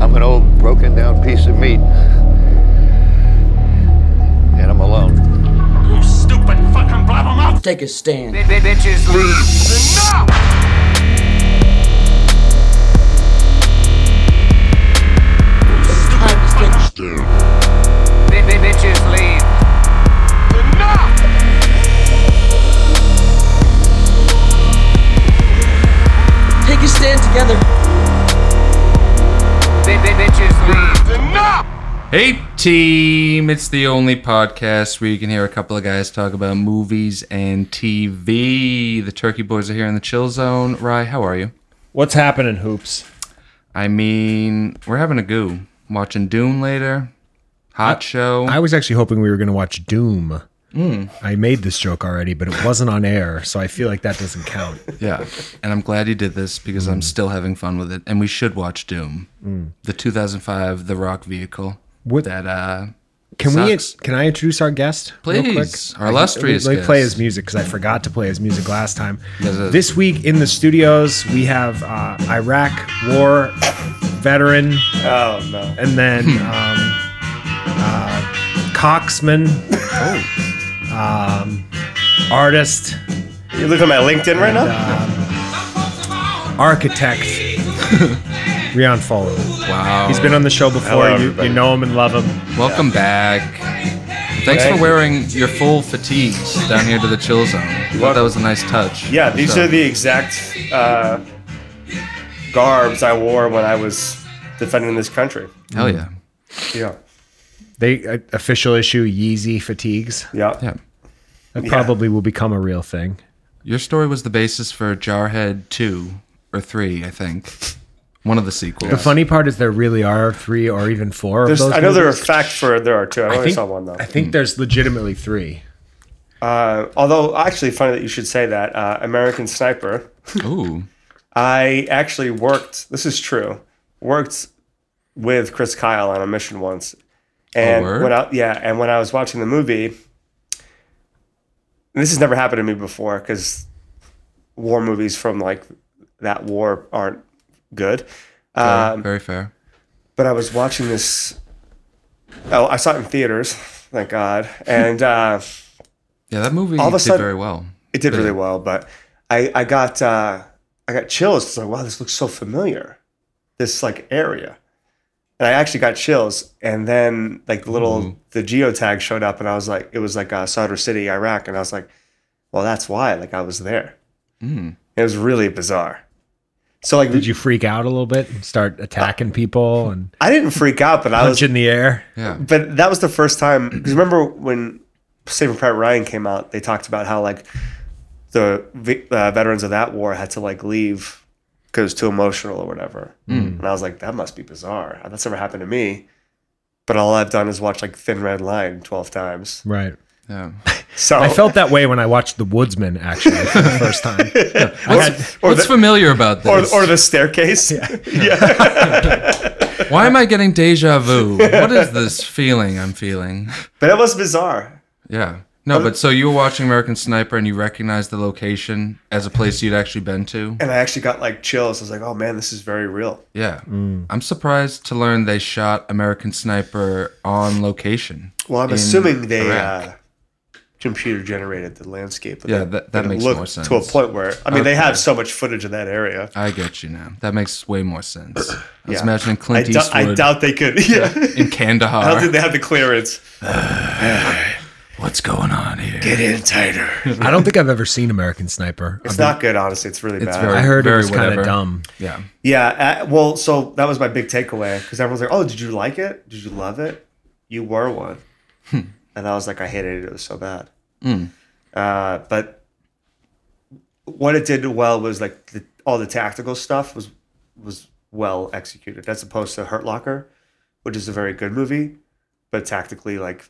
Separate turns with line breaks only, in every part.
I'm an old broken down piece of meat. And I'm alone.
You stupid fucking blabbermouth!
Take a stand.
Bitches leave.
Enough!
Bitches leave.
Enough!
Take a stand together.
Bitches leave.
Enough!
Hey team, it's the only podcast where you can hear a couple of guys talk about movies and TV. The Turkey Boys are here in the chill zone. Rye, how are you?
What's happening, hoops?
I mean, we're having a goo. Watching Dune later. Hot show.
I was actually hoping we were going to watch Doom.
Hmm.
I made this joke already, but it wasn't on air, so I feel like that doesn't count.
yeah. And I'm glad you did this because
Mm.
I'm still having fun with it. And we should watch Doom. The 2005 The Rock vehicle.
What-
That, uh,
Can we?
Sucks.
Can I introduce our guest? real quick?
Please, our illustrious
Let me play
guest.
his music because I forgot to play his music last time.
a-
This week in the studios, we have uh, Iraq War veteran. Oh no! And then
Hmm.
um, uh, Coxman. Oh. Um, artist.
You look at my LinkedIn right now.
architect Rion Follow.
wow.
He's been on the show before.
Hello,
You,
everybody.
you know him and love him.
Welcome back. Thanks
Thank
for
you.
wearing your full fatigues down here to the chill zone. I thought that was a nice touch.
yeah, these
So,
are the exact uh, garbs I wore when I was defending this country.
Hell yeah.
Yeah,
They uh, official issue Yeezy fatigues.
yeah.
Yeah.
That probably will become a real thing.
Your story was the basis for Jarhead 2 or 3, I think. One of the sequels.
The funny part is there really are three or even four
There's,
of those.
I know there are
movies.
fact for there are two. I
I
only
think,
saw one though.
I think there's legitimately three.
Uh, although actually, funny that you should say that. Uh, American Sniper.
Ooh.
I actually worked. This is true. Worked with Chris Kyle on a mission once, and
word?
when I yeah, and when I was watching the movie, and this has never happened to me before because war movies from like that war aren't good. Um,
Very fair.
but I was watching this. Oh, I saw it in theaters. Thank God. And uh,
Yeah, that movie
all of a
did
sudden-
very well.
it did really well, but I, I got uh, I got chills. It's like, wow, this looks so familiar. This like area. And I actually got chills. And then like the little
Mm-hmm.
the geotag showed up and I was like it was like uh, Sadr City, Iraq, and I was like, Well, that's why. Like I was there. It was really bizarre. So like
Mm. Did you freak out a little bit and start attacking people and
I didn't freak out, but I was
punch in the air?
Yeah.
but that was the first time because remember when Saving Private Ryan came out, they talked about how like the vi- uh, veterans of that war had to like leave because it was too emotional or whatever. And I was like, that must be bizarre. That's never happened to me. But all I've done is watch like Thin Red Line twelve times.
Right.
Yeah.
So
I felt that way when I watched The Woodsman actually for the first time. I had-
What's familiar about
or,
this?
or the staircase. Yeah.
Why am I getting deja vu? What is this feeling I'm feeling?
But it was bizarre.
Yeah. No, but so you were watching American Sniper and you recognized the location as a place you'd actually been to?
And I actually got like chills. I was like, oh man, this is very real.
Yeah.
Mm.
I'm surprised to learn they shot American Sniper on location.
Well, I'm
in
assuming they
Iraq.
uh, computer generated the landscape. of
Yeah,
it,
that- that
and it
makes more
looked
sense.
To a point where I mean, they
Okay.
have so much footage of that area.
I get you now. That makes way more sense. I was
Yeah.
imagining
I,
Clint
dou-
Eastwood
I doubt they could.
in
Yeah, I don't think
Kandahar.
they have the clearance.
What's going on here?
Get in tighter. It's
I don't think I've ever seen American Sniper. I've been-
not good, honestly. It's really
It's
bad.
very-
I heard it was kind
whatever.
of dumb.
Yeah.
yeah. Uh, well, so that was my big takeaway because everyone's like, "Oh, did you like it? Did you love it? You were one."
Hmm.
and I was like, "I hated it. It was so bad." Uh, but what it did well was like the, all the tactical stuff was was well executed as opposed to Hurt Locker, which is a very good movie, but tactically like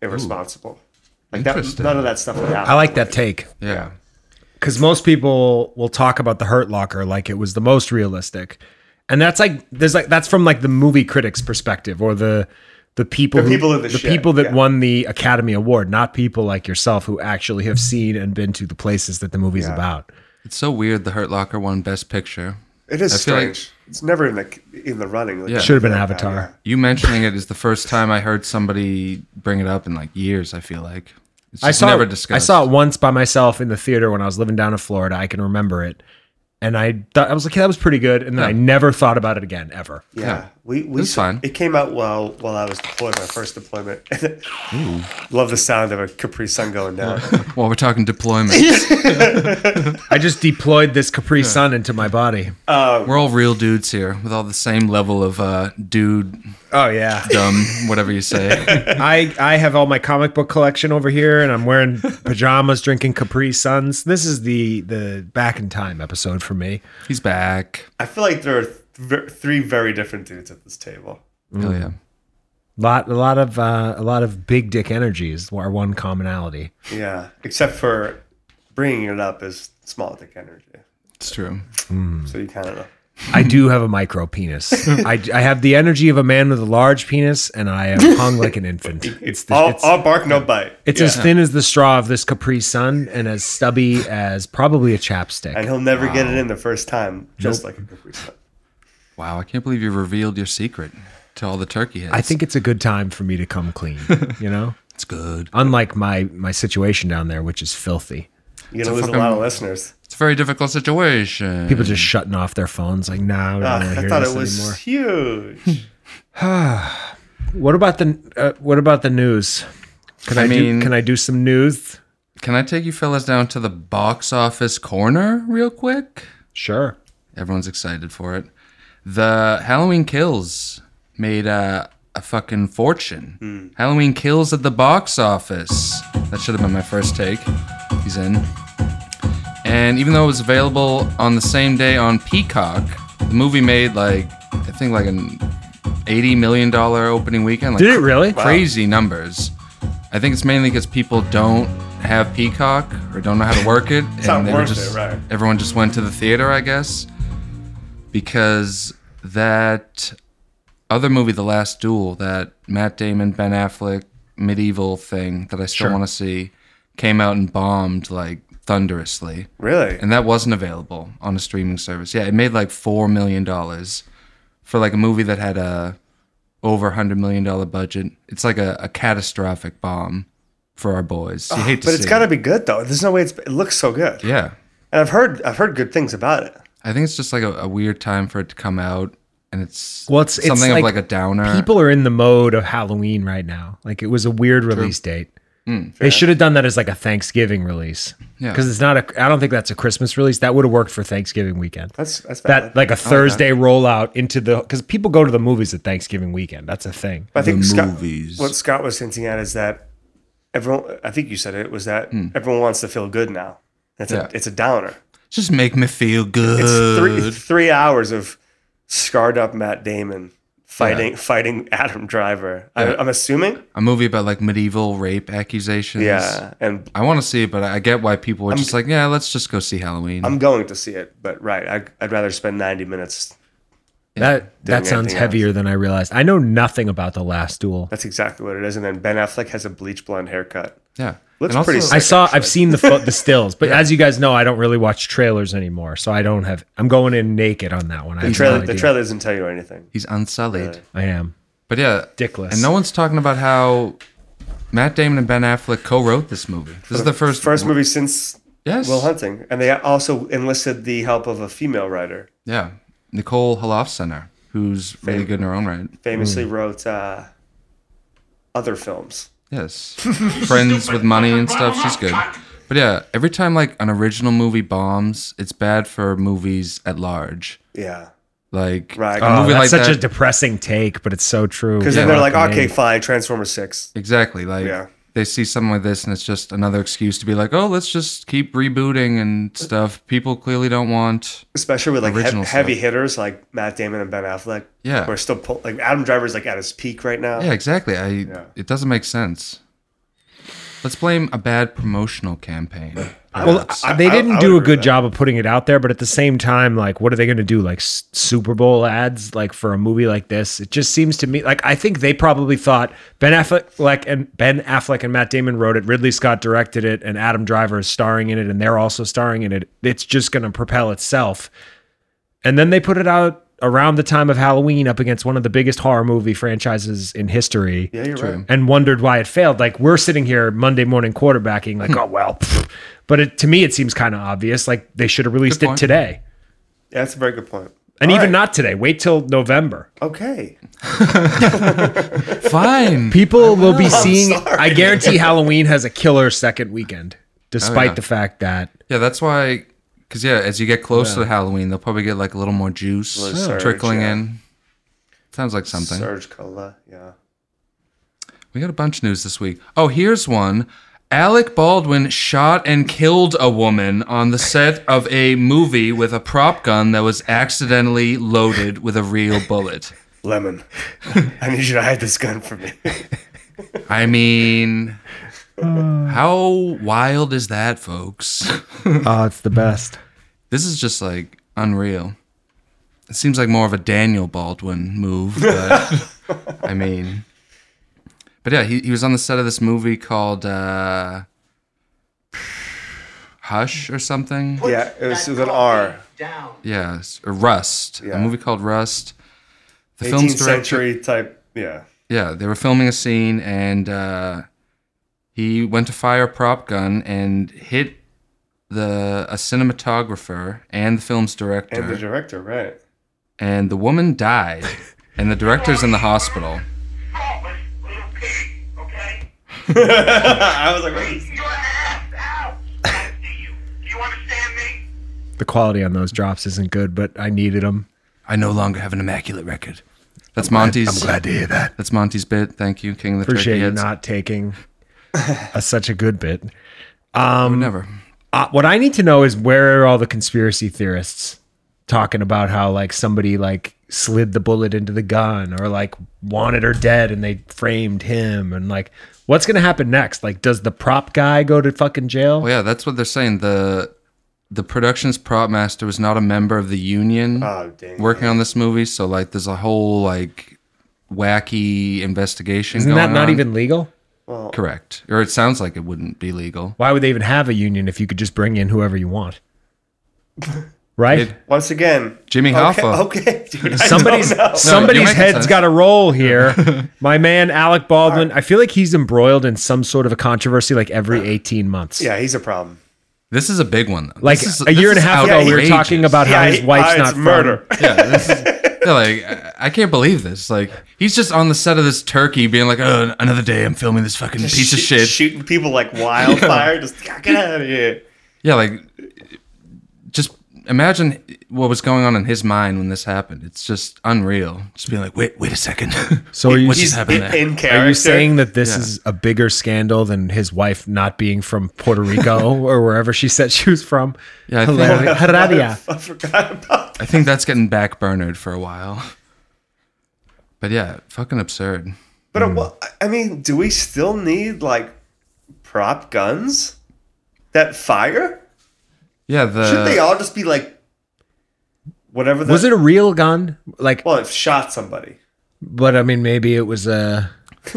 irresponsible. Like that,
Interesting.
none of that stuff would happen.
I like that take.
Yeah.
because most people will talk about the Hurt Locker like it was the most realistic, and that's like there's like that's from like the movie critics' perspective or the the people
The
who-
people of the shit,
people that
yeah.
won the Academy Award, not people like yourself who actually have seen and been to the places that the movie's about.
It's so weird the Hurt Locker won Best Picture.
It is
I feel like
strange. It's never in the in the running. Like,
Yeah.
Should have been
like that,
Avatar.
You mentioning it is the first time I heard somebody bring it up in like years. I feel like it's just
I saw
never
it,
discussed.
I saw it once by myself in the theater when I was living down in Florida. I can remember it, and I thought I was like, "Yeah, that was pretty good," and then
Yeah.
I never thought about it again ever.
Yeah,
Yeah.
we we
That's
s-
fine.
It came out while while I was deployed, my first deployment. Love the sound of a Capri Sun going down.
Well, we're talking deployment.
I just deployed this Capri Sun into my body.
we're all real dudes here with all the same level of uh, dude,
Oh yeah,
dumb, whatever you say.
I I have all my comic book collection over here, and I'm wearing pajamas, drinking Capri Suns. This is the the back in time episode for me.
He's back.
I feel like there are th- ver- three very different dudes at this table.
Mm.
Hell yeah.
Lot a lot of uh, a lot of big dick energy is our one commonality.
Yeah, except for bringing it up is small dick energy.
It's true.
So you kind of know.
I do have a micro penis. I, I have the energy of a man with a large penis, and I am hung like an infant. It's the,
all,
it's,
all bark, no bite.
it's as thin as the straw of this Capri Sun, and as stubby as probably a chapstick.
And he'll never get it in the first time, just like a Capri Sun.
Wow, I can't believe you revealed your secret to all the turkey heads.
I think it's a good time for me to come clean. You know,
it's good.
unlike my my situation down there, which is filthy.
You're gonna lose a lot of listeners.
It's a very difficult situation.
People just shutting off their phones, like, nah, I don't
Ah,
want to
I
hear
thought
this
it was
anymore.
huge.
What about the uh, what about the news? Can I,
I
do,
mean-
can I do some news?
Can I take you fellas down to the box office corner real quick?
Sure.
Everyone's excited for it. The Halloween Kills made a, a fucking fortune.
Hmm.
Halloween Kills at the box office. That should have been my first take. He's in. And even though it was available on the same day on Peacock, the movie made like I think like an eighty million dollar opening weekend. Like
Did it really?
Crazy numbers. I think it's mainly because people don't have Peacock or don't know how to work it. it's
not
they were
worth it,
just-
right.
Everyone just went to the theater, I guess, because that other movie, The Last Duel, that Matt Damon, Ben Affleck medieval thing that I still want to see, came out and bombed like thunderously
really?
and that wasn't available on a streaming service. Yeah, it made like four million dollars for like a movie that had a over a hundred million dollar budget. It's like a, a catastrophic bomb for our boys. You hate to
but
see
it's got to
it.
be good though. There's no way it's. It looks so good.
Yeah,
And I've heard I've heard good things about it.
I think it's just like a, a weird time for it to come out, and it's
Well, it's- it's
something of
like
like a downer.
People are in the mode of Halloween right now. Like it was a weird release date. they should have done that as like a Thanksgiving release.
Yeah.
Because it's not a I don't think that's a Christmas release. That would have worked for Thanksgiving weekend.
That's that's bad.
that like a Thursday rollout into the because people go to the movies at Thanksgiving weekend. That's a thing.
I think
the
Scott,
movies.
what Scott was hinting at is that everyone. I think you said it was that everyone wants to feel good now. It's
Hmm. Yeah.
a it's a downer.
just make me feel good.
It's three three hours of scarred up Matt Damon fighting fighting Adam Driver. I, I'm assuming.
a movie about like medieval rape accusations.
Yeah, and
I want to see it, but I get why people were just like, yeah, let's just go see Halloween.
I'm going to see it. But right, I, I'd rather spend 90 minutes.
That that sounds
anything
heavier than I realized. I know nothing about the last duel.
That's exactly what it is. And then Ben Affleck has a bleach blonde haircut.
yeah,
Looks
And also-
pretty
I
sick.
saw I've seen the fo- the stills, but as you guys know, I don't really watch trailers anymore, so I don't have I'm going in naked on that one. I
The
have no
trailer, the
idea.
trailer doesn't tell you anything.
He's unsullied.
I am.
But yeah,
Dickless.
And no one's talking about how Matt Damon and Ben Affleck co-wrote this movie. This is the first
First movie since
Yes.
Will Hunting, and they also enlisted the help of a female writer.
Yeah, Nicole Holofcener, who's really good in her own right.
Famously wrote uh, other films.
Yes, friends with money and stuff. She's good. But yeah, every time like an original movie bombs, it's bad for movies at large.
Yeah,
Like
Right.
a
Oh,
movie
that's
like
such
that.
a depressing take, but it's so true.
because
Yeah,
then they're like,
Fucking
okay,
A.
fine, Transformers Six.
Exactly. Like
Yeah.
they see something like this and it's just another excuse to be like, oh, let's just keep rebooting and stuff. People clearly don't want.
Especially with like he-
Original
heavy
stuff.
hitters like Matt Damon and Ben Affleck.
Yeah.
we're still pull- like Adam Driver's like at his peak right now.
Yeah, exactly. I it doesn't make sense. Let's blame a bad promotional campaign.
Well,
perhaps.
I- they
I-
didn't
I
do
would
a
agree
good
with
job of putting it out there, but at the same time, like, what are they going to do? Like S- Super Bowl ads, like for a movie like this? It just seems to me like I think they probably thought Ben Affleck and Ben Affleck and Matt Damon wrote it, Ridley Scott directed it, and Adam Driver is starring in it, and they're also starring in it. It's just going to propel itself. And then they put it out around the time of Halloween up against one of the biggest horror movie franchises in history
Yeah, you're right.
and wondered why it failed. Like we're sitting here Monday morning quarterbacking,
Hmm.
like, oh well. pfft. But it, to me, it seems kind of obvious. Like they should have released
Good
it
point.
today,
Yeah, that's a very good point.
and
All
even
right.
not today. Wait till November.
Okay.
Fine.
People will be seeing. I guarantee Halloween has a killer second weekend,
Oh,
despite the fact that
Yeah, that's why. Because yeah, as you get close to Halloween, they'll probably get like a little more juice
Little surge,
trickling
yeah.
in. Sounds like something.
Surge Cola. Yeah.
We got a bunch of news this week. Oh, here's one. Alec Baldwin shot and killed a woman on the set of a movie with a prop gun that was accidentally loaded with a real bullet.
Lemon. I need you to hide this gun from me.
I mean, how wild is that, folks?
oh, it's the best.
This is just like unreal. It seems like more of a Daniel Baldwin move, but I mean, but yeah, he, he was on the set of this movie called uh, Hush or something.
yeah, it was with an R.
Yeah, s- or Rust.
Yeah.
A movie called Rust. The
18th
film's director.
century type. Yeah.
Yeah, they were filming a scene and uh, he went to fire a prop gun and hit the a cinematographer and the film's director.
And the director, right.
and the woman died, and the director's in the hospital.
I was like, wait.
The quality on those drops isn't good, but I needed them.
I no longer have an immaculate record. That's Monty's.
to hear that.
That's Monty's bit. Thank you, King of the
Appreciate
Turkey
you
Heads.
not taking a, such a good bit.
Never.
Uh, what I need to know is where are all the conspiracy theorists talking about how like somebody like slid the bullet into the gun or like wanted her dead and they framed him and like what's gonna happen next? Like, does the prop guy go to fucking jail?
Well, yeah, that's what they're saying. the The production's prop master was not a member of the union
Oh, dang.
working on this movie, so like, there's a whole like wacky investigation.
Isn't
going
that not
on.
even legal?
correct? Or it sounds like it wouldn't be legal.
Why would they even have a union if you could just bring in whoever you want? Right?
It-
Once again.
Jimmy
okay,
Hoffa.
Okay, dude. I
somebody's
don't know.
you're
somebody's
making
head's
sense.
got a roll here. My man Alec Baldwin. I feel like he's embroiled in some sort of a controversy like every 18 months.
Yeah, he's a problem.
This is a big one. Though.
Like
This is-
a year
this
and a
is
half ago, we were
outrageous.
talking about how
Yeah,
his
he-
wife's
uh,
not
it's murder.
From,
Yeah, this is, yeah, like I- I can't believe this. Like he's just on the set of this turkey, being like, "Oh, another day I'm filming this fucking piece of
Shoot-
shit."
Shooting people like wildfire. Just "God, get out of here.
Yeah, like just imagine what was going on in his mind when this happened. It's just unreal. Just being like, "Wait, wait a second.
So are
Wait,
you-
what's
He's-
just happening there?"
In character.
are you saying that this is a bigger scandal than his wife not being from Puerto Rico or wherever she said she was from?
Yeah, I think-
Hilari- Heredia.
I forgot about
I think that's getting backburnered for a while. But yeah, fucking absurd.
But uh,
Hmm.
wha- I mean, do we still need like prop guns that fire?
Yeah, the
Should they all just be like whatever? The,
Was it a real gun? Like,
well, it shot somebody.
but I mean, maybe it was a.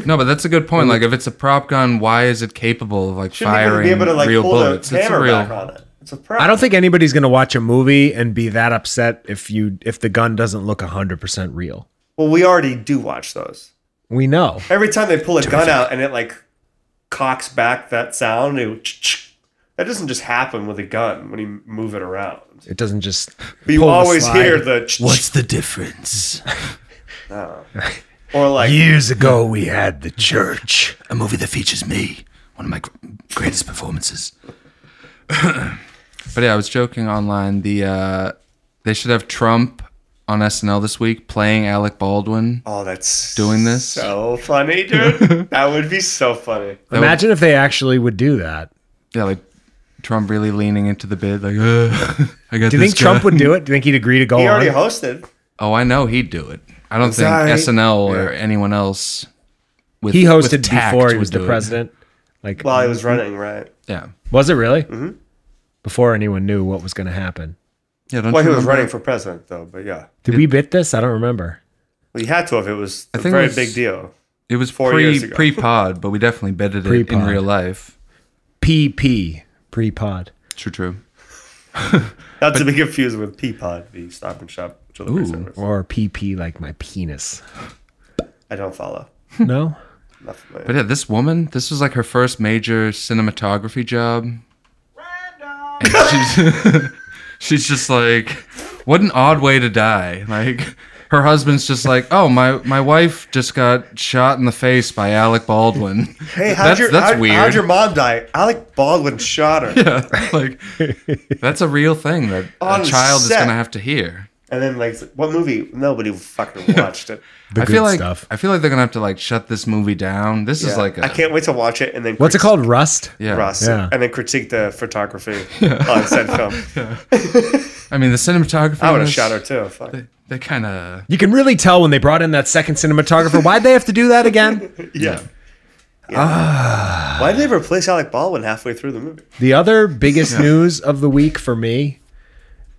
no, but that's a good point. Like, if it's a prop gun, why is it capable of like
Shouldn't
firing
even be able to like
real
pull
bullets?
the
It's a
hammer
real.
back on it. It's a prop.
I don't think anybody's gonna watch a movie and be that upset if you if the gun doesn't look hundred percent real.
Well, we already do watch those.
We know.
Every time they pull a gun out and it like cocks back that sound, it, that doesn't just happen with a gun when you move it around.
It doesn't just.
But you
pull the
always
slide.
hear the
What's the difference?
or like
Years ago, we had the church.
A movie that features me, one of my gr- greatest performances. but yeah, I was joking online. The uh, they should have Trump on SNL this week playing Alec Baldwin.
oh, that's
Doing this?
so funny, dude. that would be so funny.
Imagine if they actually would do that.
Yeah, like Trump really leaning into the bid, like "Ugh, I got.
Do you think Trump would do it? Do you think he'd agree to go
He already
on?
hosted.
Oh, I know he'd do it. I don't think
Sorry.
SNL or anyone else. With,
He
with
hosted
tact
before he
would
was the
do it.
president. Like,
While he was
Mm-hmm.
running, right?
Yeah,
was it really?
mm-hmm.
Before anyone knew what was going to happen.
yeah. Don't
Well,
you
he was
remember?
running for president, though. But yeah,
Did we bit this? I don't remember.
well, he had to have. It was a
think it
very
was-
big deal.
It was
four
pre
years ago.
pre pod, but we definitely betted it in
Pre-pod.
real life.
PP pre pod.
True, true.
Not to be confused with Peapod, the Stop and Shop which are the worst
Ooh.
numbers.
Or PP like my penis.
I don't follow.
No?
Not familiar.
But yeah, this woman, this was like her first major cinematography job. And she's, she's just like, what an odd way to die. Like, her husband's just like, oh, my, my wife just got shot in the face by Alec Baldwin.
hey, how'd
that's
your
that's
how,
weird.
would your mom die? Alec Baldwin shot her,
Yeah, like, that's a real thing that
On
a child is
set.
going to have to hear.
and then like what movie? Nobody fucking watched it.
The
I
good
feel like
stuff.
I feel like they're gonna have to like shut this movie down. This is
Yeah.
like a
I can't wait to watch it and then
What's it
critique
called? Rust?
yeah.
Russ,
Yeah.
and then critique the photography on said film.
I mean the cinematography.
I
in
would have
this,
shot her too. Fuck.
They, they kind of
You can really tell when they brought in that second cinematographer. Why'd they have to do that again?
Yeah. Why did they replace Alec Baldwin halfway through the movie?
The other biggest news of the week for me.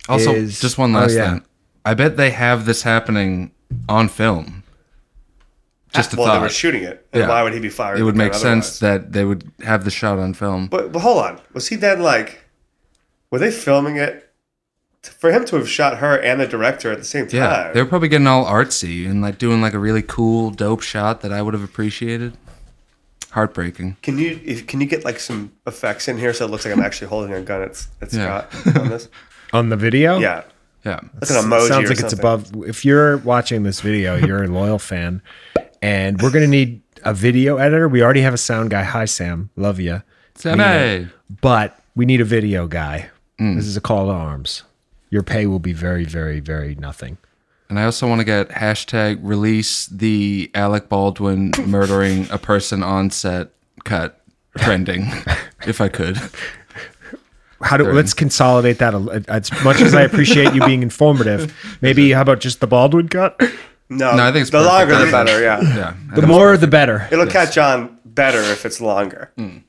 Also,
is-
just one
oh,
last
yeah.
thing. I bet they have this happening on film. Just a
well, they were
thought.
shooting it. And
Yeah.
Why would he be fired?
it would
the gun
make sense
otherwise?
that they would have the shot on film.
But, but hold on. Was he then like, were they filming it? For him to have shot her and the director at the same time.
yeah, they were probably getting all artsy and like doing like a really cool, dope shot that I would have appreciated. Heartbreaking.
Can you if, can you get like some effects in here so it looks like I'm actually holding a gun? It's it's
Yeah.
Scott on this.
On the video?
Yeah,
Yeah,
that's an emoji.
sounds
or
like it's
something.
above. If you're watching this video, you're a loyal fan, and we're gonna need a video editor. We already have a sound guy. Hi, Sam. Love you,
Sammy.
but we need a video guy.
Mm.
This is a call to arms. Your pay will be very, very, very nothing.
And I also want to get hashtag release the Alec Baldwin murdering a person on set cut trending, if I could.
How do let's consolidate that? a- As much as I appreciate you being informative, maybe how about just the Baldwin cut?
No,
No, I think it's
the
perfect.
longer
I
the
think-
better. Yeah,
Yeah,
The more, the better.
it'll catch on better if it's longer.
Mm.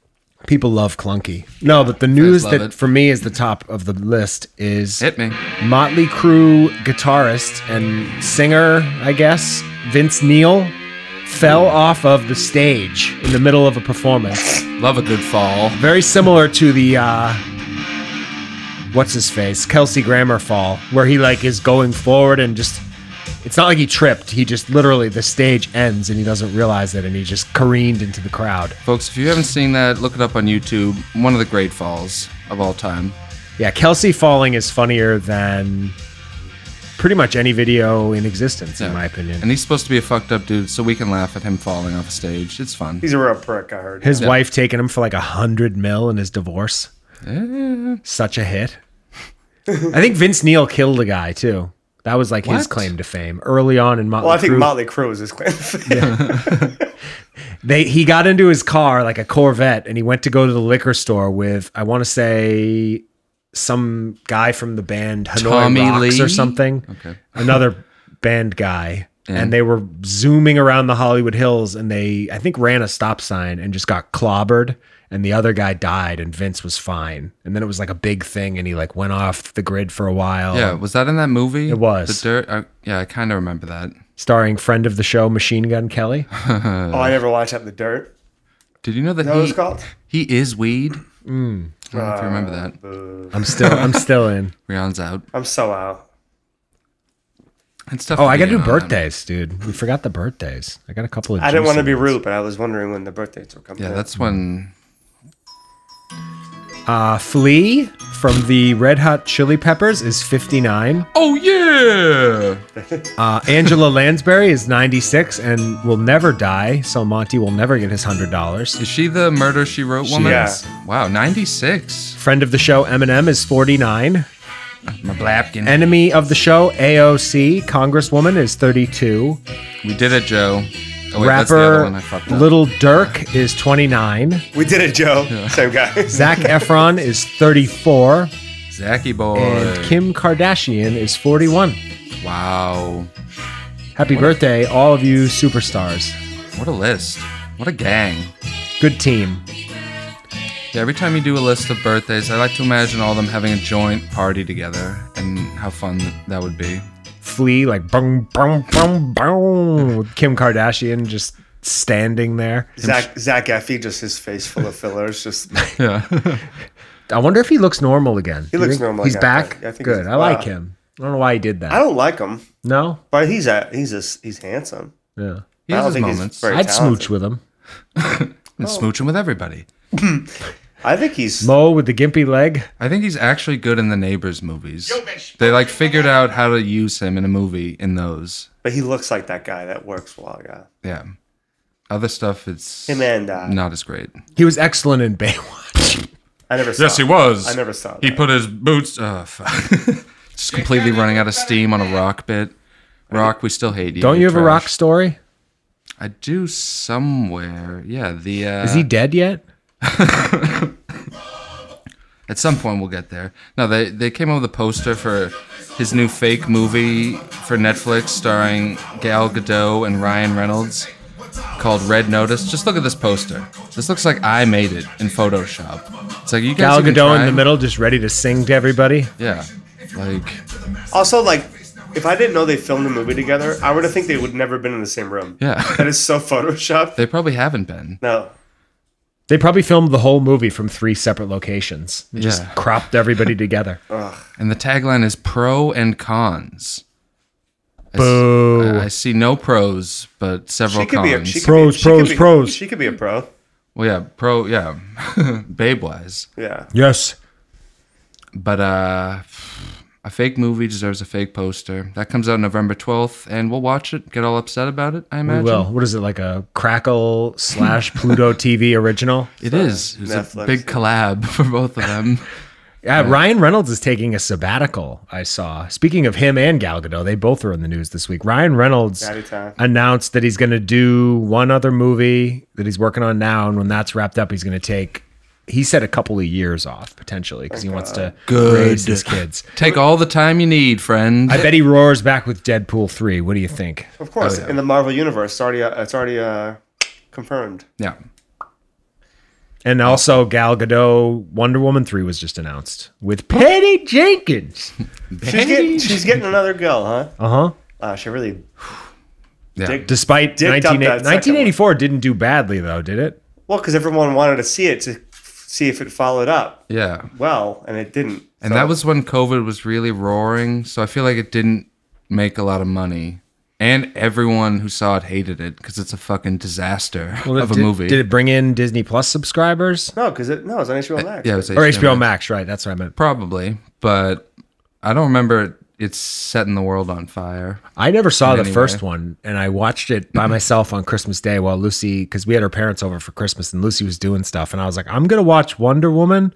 People love clunky. No, but the news
love
that
it.
for me is the top of the list is
hit me.
Motley Crue guitarist and singer, I guess, Vince Neil, fell off of the stage in the middle of a performance.
Love a good fall.
Very similar to the uh, what's his face, Kelsey Grammer fall, where he like is going forward and just. It's not like he tripped. He just literally the stage ends and he doesn't realize it, and he just careened into the crowd.
Folks, if you haven't seen that, look it up on YouTube. One of the great falls of all time.
Yeah, Kelsey falling is funnier than pretty much any video in existence, in my opinion.
And he's supposed to be a fucked up dude, so we can laugh at him falling off a stage. It's fun.
He's a real prick. I heard.
His wife taking him for like a hundred mil in his divorce. Such a hit. I think Vince Neil killed a guy too. That was like his
What?
claim to fame early on in Motley
well, I think
Crue.
Motley Crue is his claim. to fame.
they he got into his car like a Corvette and he went to go to the liquor store with I want to say some guy from the band Hanoi
Tommy
Rocks
Lee?
or something.
Okay.
Another band guy. And they were zooming around the Hollywood Hills and they I think ran a stop sign and just got clobbered and the other guy died and Vince was fine. And then it was like a big thing and he like went off the grid for a while.
Yeah, was that in that movie? It
was.
The dirt. Uh, yeah, I kind of remember that.
Starring friend of the show Machine Gun Kelly.
oh, I never watched Up the Dirt.
Did you know that
That
he
was called.
he is weed?
Mm.
I don't know if you remember that.
Uh,
I'm still I'm still in.
Rihanna's out.
I'm so out.
It's tough
Oh,
to
I
be
gotta
in
do
on that. um,
birthdays, dude. We forgot the birthdays. I got a couple of.
I didn't want to
juicy
be
ones.
rude, but I was wondering when the birthdays were coming.
Yeah,
up.
that's when.
Uh, Flea from the Red Hot Chili Peppers is 59.
Oh yeah.
Uh, Angela Lansbury is 96 and will never die, so Monty will never get his hundred dollars.
Is she the murder she wrote woman?
is.
Wow, 96.
Friend of the show Eminem is 49.
My blapkin. And
Enemy of the show AOC Congresswoman is 32.
we did it, Joe. Oh, wait, that's the other one I
Rapper
fucked up.
Little Dirk is 29.
we did it, Joe. Same guy.
Zach Efron is 34,
Zacky boy.
and Kim Kardashian is 41.
Wow.
Happy birthday, all of you superstars.
What a list. What a gang.
Good team.
Yeah, every time you do a list of birthdays, I like to imagine all of them having a joint party together and how fun that would be.
Flea, like, boom, boom, boom, boom. with Kim Kardashian just standing there.
Zach Zach Effie, just his face full of fillers. Just
Yeah.
I wonder if he looks normal again. He
looks normal
He's
again.
back.
I- I think
Good.
he's-
I like
wow.
him. I don't know why he did
I
that.
don't like him,
No,
but he's a, he's a, he's handsome.
yeah,
He
I
has
don't
his
think he's
moments.
very-
I'd
talented.
smooch with him.
And smooching with everybody.
I think he's
Mo with the gimpy leg.
I think he's actually good in the Neighbors movies. They like figured out how to use him in a movie in those.
but he looks like that guy that works well, yeah.
Yeah. Other stuff, it's
Him and uh,
not as great.
He was excellent in Baywatch.
I never saw it. I never saw
He
that.
put his boots. Oh, fuck. Just completely running out of steam on a rock bit. Rock, we still hate you.
Don't you
you're
have a rock
trash.
story?
I do somewhere. Yeah. The uh,
Is he dead yet?
At some point, we'll get there. No, they they came up with a poster for his new fake movie for Netflix starring Gal Gadot and Ryan Reynolds called Red Notice. Just look at this poster. This looks like I made it in Photoshop. It's like you guys
Gal
even
Gadot in
try?
the middle, just ready to sing to everybody.
Yeah, like
also like if I didn't know they filmed a movie together, I would have think they would never been in the same room.
yeah.
That is so photoshopped.
They probably haven't been.
no.
They probably filmed the whole movie from three separate locations. and Just
Yeah.
cropped everybody together.
And the tagline is pro and cons. I s-
Boo.
I, I see no pros, but several
She could
cons.
be a she could
Pros,
be, she could
pros,
be-
pros.
She could be a pro.
well, yeah, pro, yeah, babe wise.
Yeah.
Yes.
But uh a fake movie deserves a fake poster. That comes out November 12th, and we'll watch it, get all upset about it, I
We
imagine.
will. What is it, like a Crackle slash Pluto TV original?
It is. It's a
Netflix.
big collab for both of them.
Yeah, Ryan Reynolds is taking a sabbatical, I saw. Speaking of him and Gal Gadot, they both are in the news this week. Ryan Reynolds
Daddy time.
announced that he's going to do one other movie that he's working on now. And when that's wrapped up, he's going to take, he said a couple of years off potentially because he wants to raise his kids.
Take all the time you need, friend.
I bet he roars back with Deadpool 3. What do you think?
Of course,
Oh, yeah.
in the Marvel universe, it's already uh, it's already uh, confirmed.
yeah.
And also, Gal Gadot, Wonder Woman 3 was just announced with Patty Jenkins.
She's getting she's getting another girl, huh?
Uh huh.
Uh, she really
Yeah.
dick-
Despite
Dicked up
19,
that second
1984 didn't do badly, though, did it?
well because everyone wanted to see it to see if it followed up
yeah.
well, and it didn't.
And
So-
that was when COVID was really roaring, so I feel like it didn't make a lot of money. And everyone who saw it hated it because it's a fucking disaster of a
did,
movie.
Did it bring in Disney Plus subscribers?
no because it no it's on HBO Max.
yeah, it was
Or HBO Max, right? That's what I meant.
Probably, but I don't remember it- it's setting the world on fire.
I never saw the
any
first one, and I watched it by myself on Christmas Day while Lucy, because we had her parents over for Christmas, and Lucy was doing stuff, and I was like, "I'm gonna watch Wonder Woman,"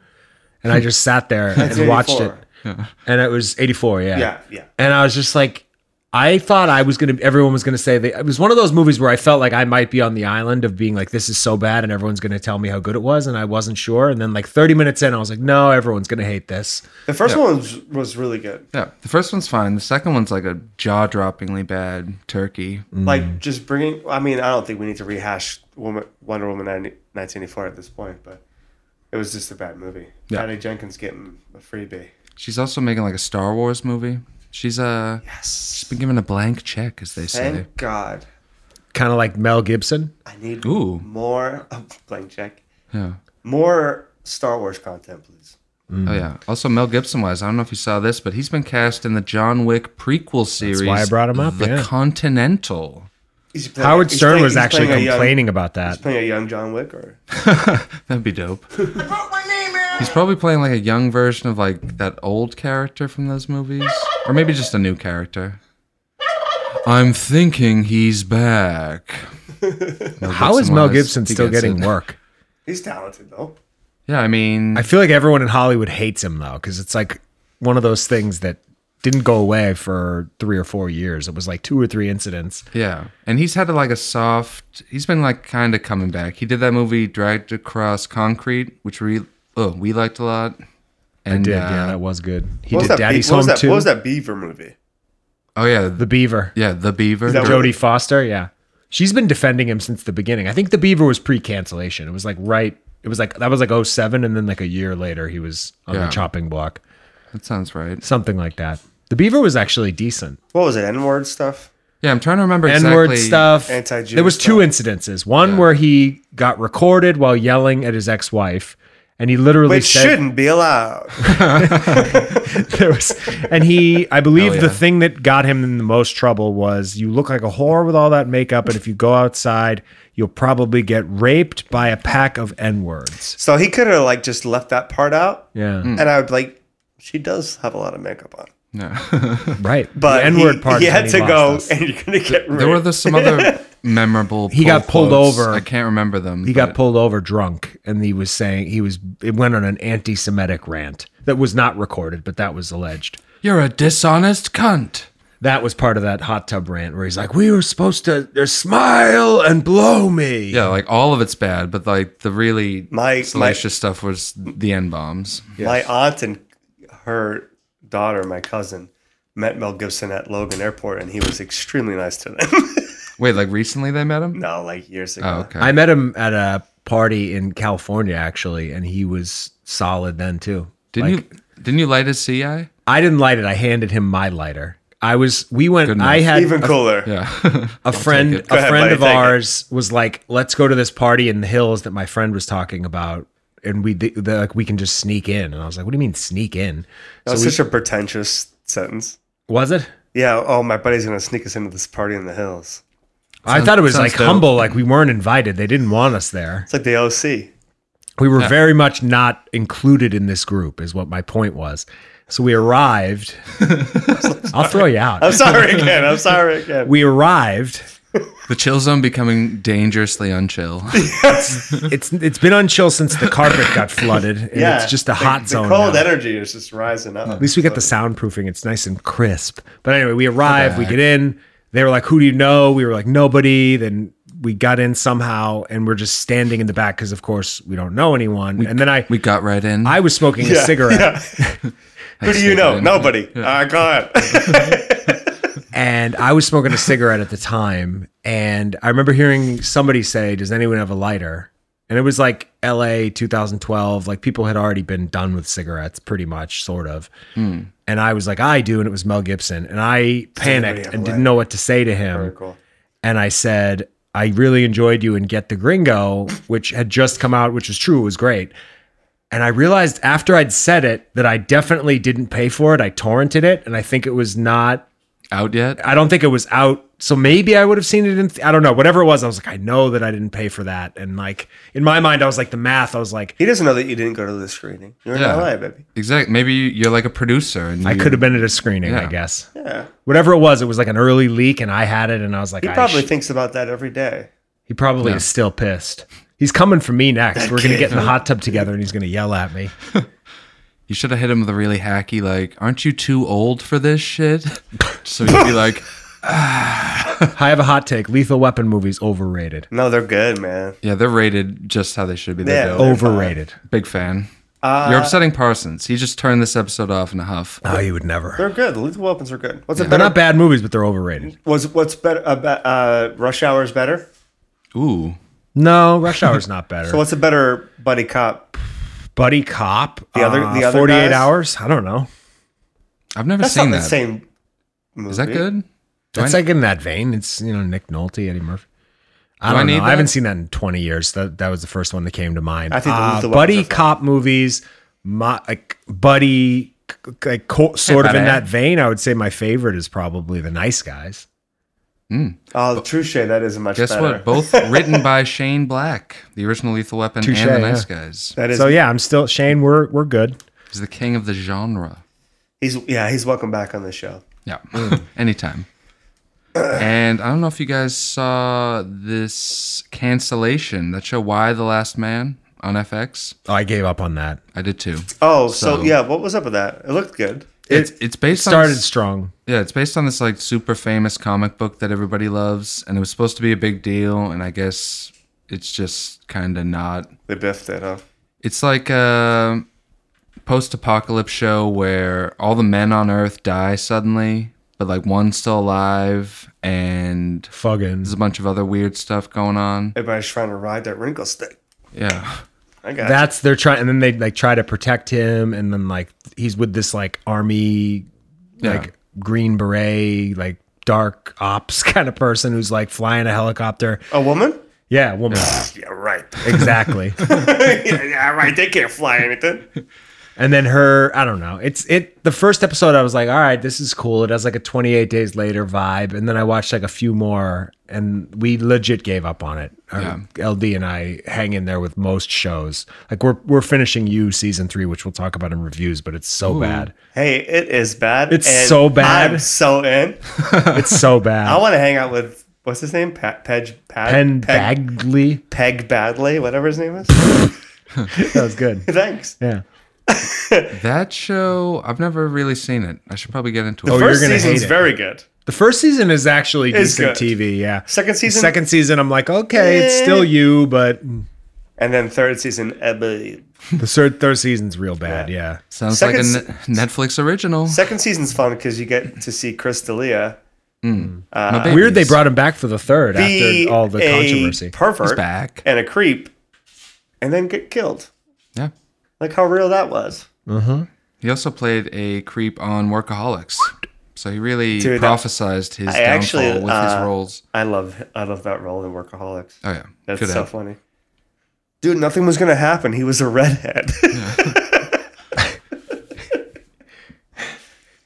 and I just sat there and watched it,
84.
and it was '84, yeah,
Yeah, yeah.
and I was just like, I thought I was gonna, everyone was gonna say they, it was one of those movies where I felt like I might be on the island of being like, "This is so bad," and everyone's gonna tell me how good it was, and I wasn't sure, and then like 30 minutes in, I was like, "No, everyone's gonna hate this."
The first one was, was really good.
Yeah, the first one's fine. The second one's like a jaw-droppingly bad turkey.
Mm.
Like just bringing. I mean, I don't think we need to rehash Woman, Wonder Woman 90, 1984 at this point, but it was just a bad movie.
Yeah.
Patty Jenkins getting a freebie.
She's also making like a Star Wars movie. She's uh,
Yes.
she's been given a blank check, as they say.
Thank God.
Kind of like Mel Gibson.
I need
Ooh.
more. Oh, blank check.
Yeah.
More Star Wars content, please.
Mm-hmm.
Oh yeah. Also, Mel Gibson wise, I don't know if you saw this, but he's been cast in the John Wick prequel series.
why I brought him up,
The
yeah.
Continental.
He's playing-
Howard
he's
Stern
playing-
was
he's
actually
playing a young-
complaining about that.
He's playing a young John Wick, or
That'd be dope. He's probably playing like a young version of like that old character from those movies, or maybe just a new character. I'm thinking he's back.
How is Mel
was.
Gibson
He
still
gets
getting
it.
work?
he's talented though.
Yeah, I mean,
I feel like everyone in Hollywood hates him though, because it's like one of those things that didn't go away for three or four years. It was like two or three incidents.
yeah, and he's had like a soft. He's been like kind of coming back. He did that movie Dragged Across Concrete, which we oh, we liked a lot. And
Did
uh,
yeah, that was good. He
What was
did
that?
Daddy's
Be- what was
Home
that-
too.
What was that Beaver movie?
oh yeah, the,
The Beaver.
yeah, the Beaver.
that
Dir-
what-
Jodie Foster. Yeah, she's been defending him since the beginning. I think The Beaver was pre-cancellation. It was like right. It was like that was like 07 and then like a year later he was on
Yeah.
the chopping block,
that sounds right.
something like that. The Beaver was actually decent.
What was it? N word stuff.
Yeah, I'm trying to remember exactly.
N-word stuff.
Anti-Jew
There was two
stuff.
incidences. One where he got recorded while yelling at his ex-wife, and he literally
Which
said
shouldn't be allowed.
there was, and he, I believe,
Hell
the
yeah.
thing that got him in the most trouble was you look like a whore with all that makeup, and if you go outside, you'll probably get raped by a pack of n words.
So he could have like just left that part out,
Yeah,
Hmm.
and I would like. She does have a lot of makeup on,
right.
but
the n
he,
word part.
He
is
had
when
to
lost
go,
us.
and you're gonna get.
There were
raped.
the, some other memorable.
He
pull
got pulled
quotes.
over.
I can't remember them.
He got
but-
pulled over drunk, and he was saying he was. It went on an anti-Semitic rant that was not recorded, but that was alleged.
You're a dishonest cunt.
That was part of that hot tub rant where he's like, "We were supposed to uh, smile and blow me."
Yeah, like all of it's bad, but like the really
My- my-
salacious stuff was the n bombs.
My aunt and her daughter, my cousin, met Mel Gibson at Logan Airport, and he was extremely nice to them.
Wait, like recently they met him?
no, like years ago.
Oh, okay.
I met him at a party in California actually, and he was solid then too.
didn't
Like,
you? Didn't you light his CI? Yeah.
I didn't light it. I handed him my lighter. I was. We went.
Good
I
enough.
had
Even
a,
cooler.
a friend.
it.
A
ahead,
friend
buddy,
of
take it.
ours was like, "Let's go to this party in the hills that my friend was talking about." And we, the, the, like, we can just sneak in. And I was like, "What do you mean sneak in?"
That was
we-
such a pretentious sentence.
Was it?
Yeah. Oh, my buddy's gonna sneak us into this party in the hills.
I thought it was
sounds
like
dope.
humble, like we weren't invited. They didn't want us there.
It's like the OC.
We were very much not included in this group, is what my point was. So we arrived. I'll throw you out.
I'm sorry again. I'm sorry again.
We arrived.
The chill zone becoming dangerously unchill.
It's it's been unchill since the carpet got flooded. And it's just a
the-
hot
the
zone.
cold
now. At
energy is just rising up. At
least we got the soundproofing. It's nice and crisp. But anyway, we arrived. We get in. They were like, "Who do you know?" We were like, "Nobody." Then we got in somehow, and we're just standing in the back because, of course, we don't know anyone. and then I
we got right in.
I was smoking a cigarette.
Who do you know?
in.
Nobody. Uh, go ahead.
and I was smoking a cigarette at the time, and I remember hearing somebody say, "Does anyone have a lighter?" And it was like L.A. 2012, like people had already been done with cigarettes, pretty much, sort of.
Hmm.
And I was like, "I do," and it was Mel Gibson, and I panicked
have a
and
lighter?
didn't know what to say to him.
cool.
And I said, "I really enjoyed you in Get the Gringo," which had just come out, which was true, it was great. And I realized after I'd said it that I definitely didn't pay for it. I torrented it, and I think it was not
out yet?
I don't think it was out. So maybe I would have seen it in, th- I don't know, whatever it was. I was like, I know that I didn't pay for that. And like, in my mind, I was like, the math, I was like,
He doesn't know that you didn't go to the screening. You're
Yeah.
in LA, baby.
Exactly. Maybe you- you're like a producer, and
I
you-
could have been at a screening, I
Yeah.
guess.
Yeah.
Whatever it was, it was like an early leak and I had it and I was like,
He
I
probably
sh-
thinks about that every day.
he probably
Yeah.
is still pissed. He's coming for me next. We're going to get in the hot tub together and he's going to yell at me.
You should have hit him with a really hacky, like, "Aren't you too old for this shit?" so you'd be like,
I have a hot take. Lethal Weapon movies overrated.
No, they're good, man.
"Yeah, they're rated just how they should be." They're
Yeah. Uh,
dope.
fine.
Overrated.
Big fan. you're upsetting Parsons. He just turned this episode off in a huff.
Oh, you would never.
They're good. The lethal weapons are good. What's a
They're
better?
not bad movies, but they're overrated.
Was what's better? Uh, uh, Rush Hour is better.
Ooh,
No, Rush Hour's not better.
So what's a better buddy cop?
Buddy Cop.
The other-
uh,
the other
48
guys?
hours. I don't know.
I've never
That's
seen
not the
that.
same. Movie.
Is that good? Do I,
It's like in that vein. It's you know Nick Nolte, Eddie Murphy. I
Do I
don't know.
need
I haven't
that?
seen that in 20 years. That that was the first one that came to mind.
I think the
Uh,
Lethal Weapons are
buddy
fun.
cop movies, my, like buddy, c- like co- sort of in
buddy.
that vein. I would say my favorite is probably The Nice Guys.
Oh, Truche, that isn't much
guess
better.
what? Both written by Shane Black, the original Lethal Weapon,
Touche,
and the
yeah.
Nice Guys.
That is.
So yeah, I'm still Shane. We're we're good.
He's the king of the genre.
He's yeah. He's welcome back on the show.
Yeah,
Mm.
anytime. And I don't know if you guys saw this cancellation that show Why the Last Man on FX.
Oh, I gave up on that.
I did too.
Oh, so,
So-
yeah. What was up with that? It looked good.
It's it's based on
Started strong.
Yeah, it's based on this like super famous comic book that everybody loves, and it was supposed to be a big deal, and I guess it's just kind of not.
They biffed it, huh?
It's like a post-apocalypse show where all the men on Earth die suddenly, but like one's still alive, and
Fucking.
there's a bunch of other weird stuff going on.
Everybody's trying to ride that wrinkle stick.
Yeah,
I got
That's they're trying, and then they like try to protect him, and then like he's with this like army
yeah.
like green beret, like dark ops kind of person who's like flying a helicopter.
you. a woman.
Yeah, woman.
Yeah, right.
exactly.
yeah, yeah, right. They can't fly anything.
And then her, I don't know. It's it. The first episode, I was like, all right, this is cool. It has like a 28 days later vibe. And then I watched like a few more, and we legit gave up on it. Our LD and I hang in there with most shows. Like we're we're finishing you season three, which we'll talk about in reviews, but it's so bad.
Hey, it is bad.
It's
and
so bad.
I'm so in.
It's so
I
bad.
want to hang out with what's his name? Pa- Peg Pad-
Penn
Peg
Bagley.
Peg Badley, whatever his name is.
That was good.
Thanks.
Yeah.
That show, I've never really seen it. I should probably get into
Oh,
it.
you're
First
gonna hate
season's
it.
very good.
The first season is actually
It's
decent
good.
TV. Yeah.
Second
The
season?
second season, I'm like, okay, it's still
Eh.
you, but
And then third season, I believe.
the third third season's real bad.
Yeah.
Yeah.
Sounds like
Second
a
s-
Net- Netflix original.
Second season's fun because you get to see Chris D'Elia
My babies.
Weird they brought him back for the third
be
after all the
a
controversy.
He's
pervert
back.
and a creep, and then get killed.
Yeah.
Like how real that was.
He also played a creep on Workaholics. So he really
Dude, that-
prophesized his
I
downfall
actually,
with his
uh,
roles.
I love I love that role in Workaholics.
Oh yeah.
That's
Good
so
act.
funny. Dude, nothing was gonna happen. He was a redhead.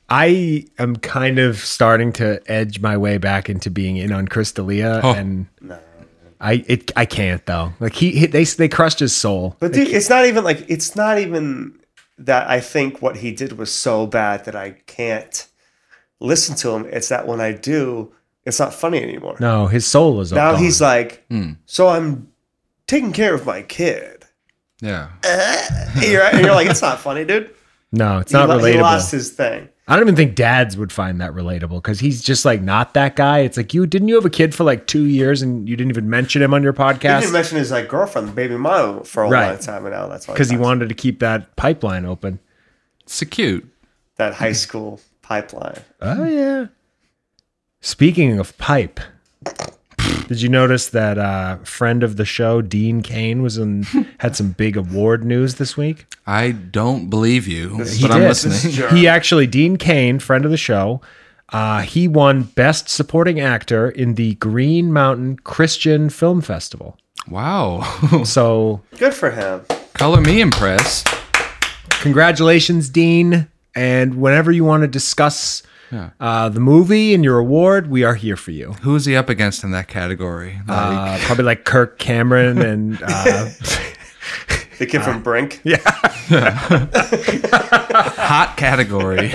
I am kind of starting to edge my way back into being in on Chris D'Elia,
Oh.
and I it I can't though. Like he, he they they crushed his soul.
but dude, it's not even like it's not even that I think what he did was so bad that I can't listen to him. It's that when I do, it's not funny anymore.
No, his soul was
now
gone. Hmm.
he's like, so I'm taking care of my kid.
Yeah.
And you're, and you're like, it's not funny, dude.
no, it's
He
not
lo- He
relatable.
lost his thing.
I don't even think dads would find that relatable because he's just like not that guy. It's like you didn't you have a kid for like two years and you didn't even mention him on your
He
podcast
didn't mention his like girlfriend, baby mom, for a
Right.
long time, and now that's all
because he
talks
wanted to keep that pipeline open.
It's a cute.
about. that high school pipeline.
Oh yeah. Speaking of pipe, did you notice that uh, friend of the show Dean Kane was in had some big award news this week?
I don't believe you,
This-
but
He
I'm
did.
listening.
He actually Dean Kane, friend of the show, uh, he won Best Supporting Actor in the Green Mountain Christian Film Festival.
Wow.
So
Good for him.
Color me impressed.
congratulations, Dean! And whenever you want to discuss.
Yeah.
Uh, the movie and your award, we are here for you.
Who is he up against in that category? Like,
Uh, probably like Kirk Cameron and uh,
The kid from Brink.
hot category.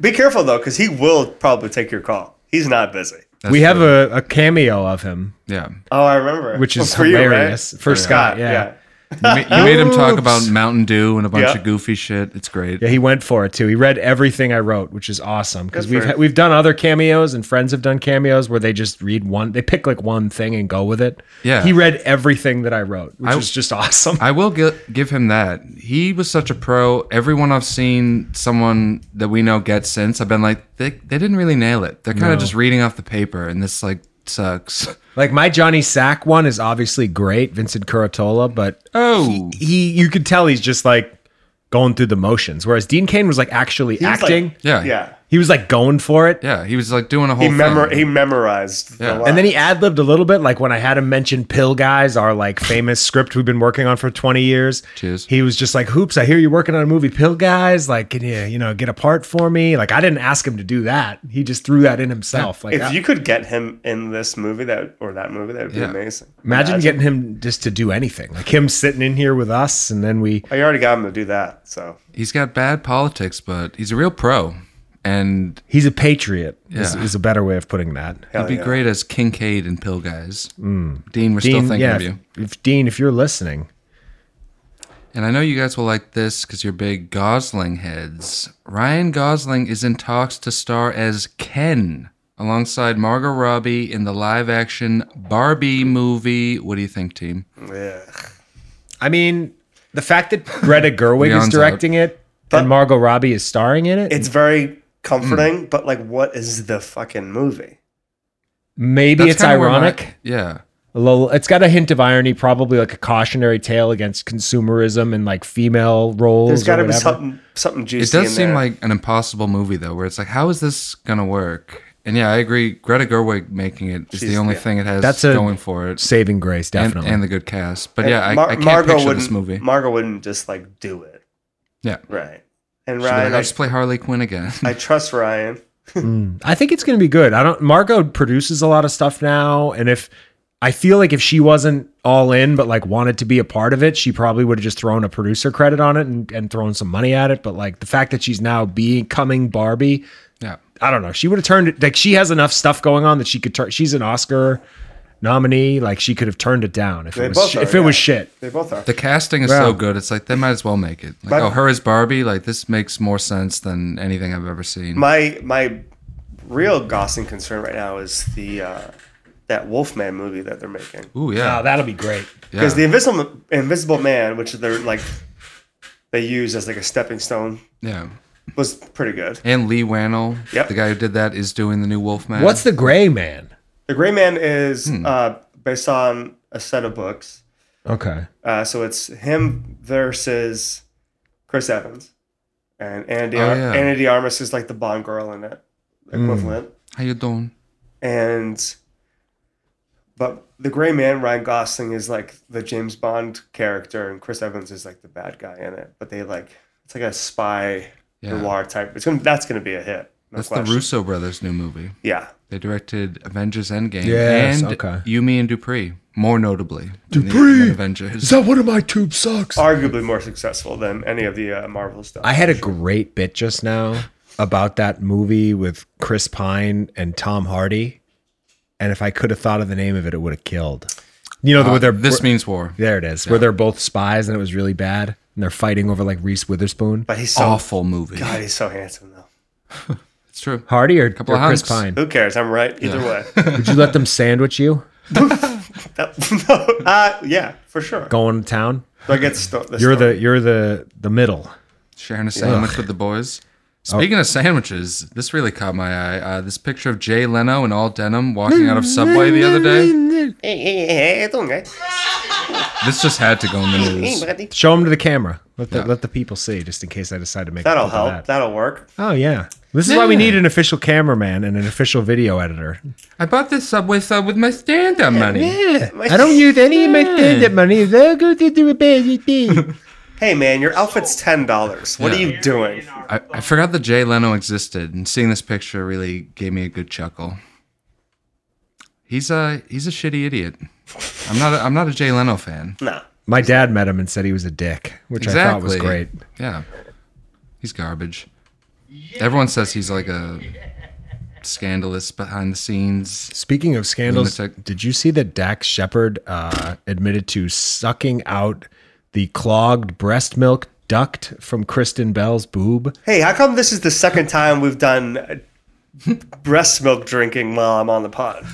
Be careful though, because he will probably take your call. He's not busy.
we have a, a cameo of him,
yeah.
Oh, I remember.
which
Well,
is
for you, right?
hilarious for Scott. Yeah. yeah,
You ma- you made him talk about
Oops.
Mountain Dew and a bunch
Yeah.
of goofy shit. It's great.
he went for it too. He read everything I wrote, which is awesome because
Good for
we've
him.
ha- we've done other cameos and friends have done cameos where they just read one, they pick like one thing and go with it.
Yeah.
he read everything that I wrote, which
I-
was just awesome.
I will gi- give him that. He was such a pro. Everyone I've seen, someone that we know get since, I've been like, they, they didn't really nail it. They're kind of just reading off the paper, and this like sucks.
like my Johnny Sack one is obviously great, Vincent Curatola, but
Oh,
he you could tell he's just like going through the motions. Whereas Dean Kane was like actually
was, like,
acting.
yeah,
Yeah.
he was like going for it.
yeah. He was like doing a whole.
He memor
thing.
he memorized.
Yeah.
The
And then
lines.
he ad libbed a little bit, like when I had him mention Pill Guys, our like famous script we've been working on for 20 years.
Cheers.
He was just like, Hoops, I hear you're working on a movie, Pill Guys. Like, can you, you know, get a part for me? Like, I didn't ask him to do that. He just threw that in himself. Like,
if you could get him in this movie that or that movie, that would be
Yeah.
amazing.
imagine, getting him just to do anything, like him sitting in here with us. And then we,
Oh, you already got him to do that. So
He's got bad politics, but he's a real pro, and
he's a patriot, is,
Yeah.
is a better way of putting that.
hell
he'd be
yeah. Mm.
great as Kincaid and Pill Guys. Dean, we're still
Dean,
thinking
yeah,
of
if,
you.
if Dean, if you're listening,
And I know you guys will like this because you're big Gosling heads. Ryan Gosling is in talks to star as Ken alongside Margot Robbie in the live action Barbie movie. What do you think, team?
Yeah.
I mean, the fact that Greta Gerwig
Leon's
is
out.
directing it.
But-
and Margot Robbie is starring in it.
It's very comforting,
Mm.
but like, what is the fucking movie?
Maybe it's
kinda where my-
ironic.
yeah.
a little it's got a hint of irony probably like a cautionary tale against consumerism and like female roles
There's got to
or
be
whatever.
something something juicy.
It does
in
seem
there.
like an impossible movie, though, where it's like, how is this going to work? And yeah, I agree. Greta Gerwig making it is the
She's-
only
yeah.
thing it has
That's a-
going for it,
Saving grace,
and,
definitely.
and the good cast. But yeah, I,
Mar-
I can't
Margot
picture
wouldn't-
this movie.
Margot wouldn't just like do it.
Yeah.
Right. And
She'd be like,
Ryan,
I'll
I,
just play Harley Quinn again.
I trust Ryan.
I think it's going to be good. I don't. Margot produces a lot of stuff now, and if I feel like if she wasn't all in, but like wanted to be a part of it, she probably would have just thrown a producer credit on it and, and thrown some money at it. But like the fact that she's now becoming Barbie,
yeah.
I don't know. She would have turned it. Like she has enough stuff going on that she could turn. She's an Oscar nominee. Like she could have turned it down if
They
it was
both
sh-
are,
if it
yeah.
was shit.
They both are.
The casting is so
Well-
good. It's like they might as well make it. Like,
But-
oh, her as Barbie. Like this makes more sense than anything I've ever seen.
my my real Gosling concern right now is the uh, that Wolfman movie that they're making.
Ooh, yeah.
Oh, that'll be great.
yeah.
Because the Invisible Invisible Man, which they're like they use as like a stepping stone,
yeah.
was pretty good.
And Lee Wannell,
Yep.
the guy who did that, is doing the new Wolfman.
What's the Gray Man?
The Gray Man is
Hmm.
uh, based on a set of books.
Okay.
Uh, so it's him versus Chris Evans, and Andy
Oh,
Ar-
yeah. Hmm.
Anna De Armas is like the Bond girl in it equivalent,
how you doing?
and but the Gray Man Ryan Gosling is like the James Bond character, and Chris Evans is like the bad guy in it. But they like it's like a spy
Yeah.
noir type. It's gonna that's gonna be a hit. No
That's the
question.
Russo brothers' new movie.
Yeah,
They directed Avengers Endgame
Yes,
and
okay.
Yumi and Dupree, more notably. Dupree Avengers.
that one of my tube socks?
arguably more successful than any of the uh, Marvel stuff.
I had a great bit just now about that movie with Chris Pine and Tom Hardy. And if I could have thought of the name of it, it would have killed. You know, the where they're
Uh, this
where-
means war.
there it is, where they're both spies and it was really bad, and they're fighting over like Reese Witherspoon,
but he's so
Awful movie.
God, he's so handsome though.
It's true.
Hardy or,
Couple
or
of
Chris
hunks.
Pine.
Who cares? I'm right either way.
Would you let them sandwich you
That- no, uh, yeah, for sure.
going to town?
Do I get sto- the
You're
story?
the you're the the middle.
Sharing a sandwich with the boys. Speaking of sandwiches, this really caught my eye. Uh, this picture of Jay Leno in all denim walking out of Subway the other day.
Hey, hey, hey, it's okay.
This just had to go in the
Hey,
news.
buddy.
Show them to the camera. Let the, let the people see, just in case I decide to make a
That'll
clip of
help.
That.
That'll work.
Oh yeah, this is why we
Yeah.
need an official cameraman and an official video editor.
I bought this Subway sub with my stand-up money.
Yeah, I don't use any of my stand-up money. They'll go to do a bad thing.
Hey, man, your outfit's ten dollars. What
Yeah.
are you doing?
I, I forgot that Jay Leno existed, and seeing this picture really gave me a good chuckle. He's a he's a shitty idiot. I'm not a, I'm not a Jay Leno fan.
Nah.
My dad met him and said he was a dick, which I thought was great.
Yeah. He's garbage. Everyone says he's like a scandalous behind the scenes.
Speaking of scandals,
Lunatic.
did you see that Dax Shepard uh, admitted to sucking out the clogged breast milk duct from Kristen Bell's boob?
Hey, how come this is the second time we've done uh, breast milk drinking while I'm on the pod?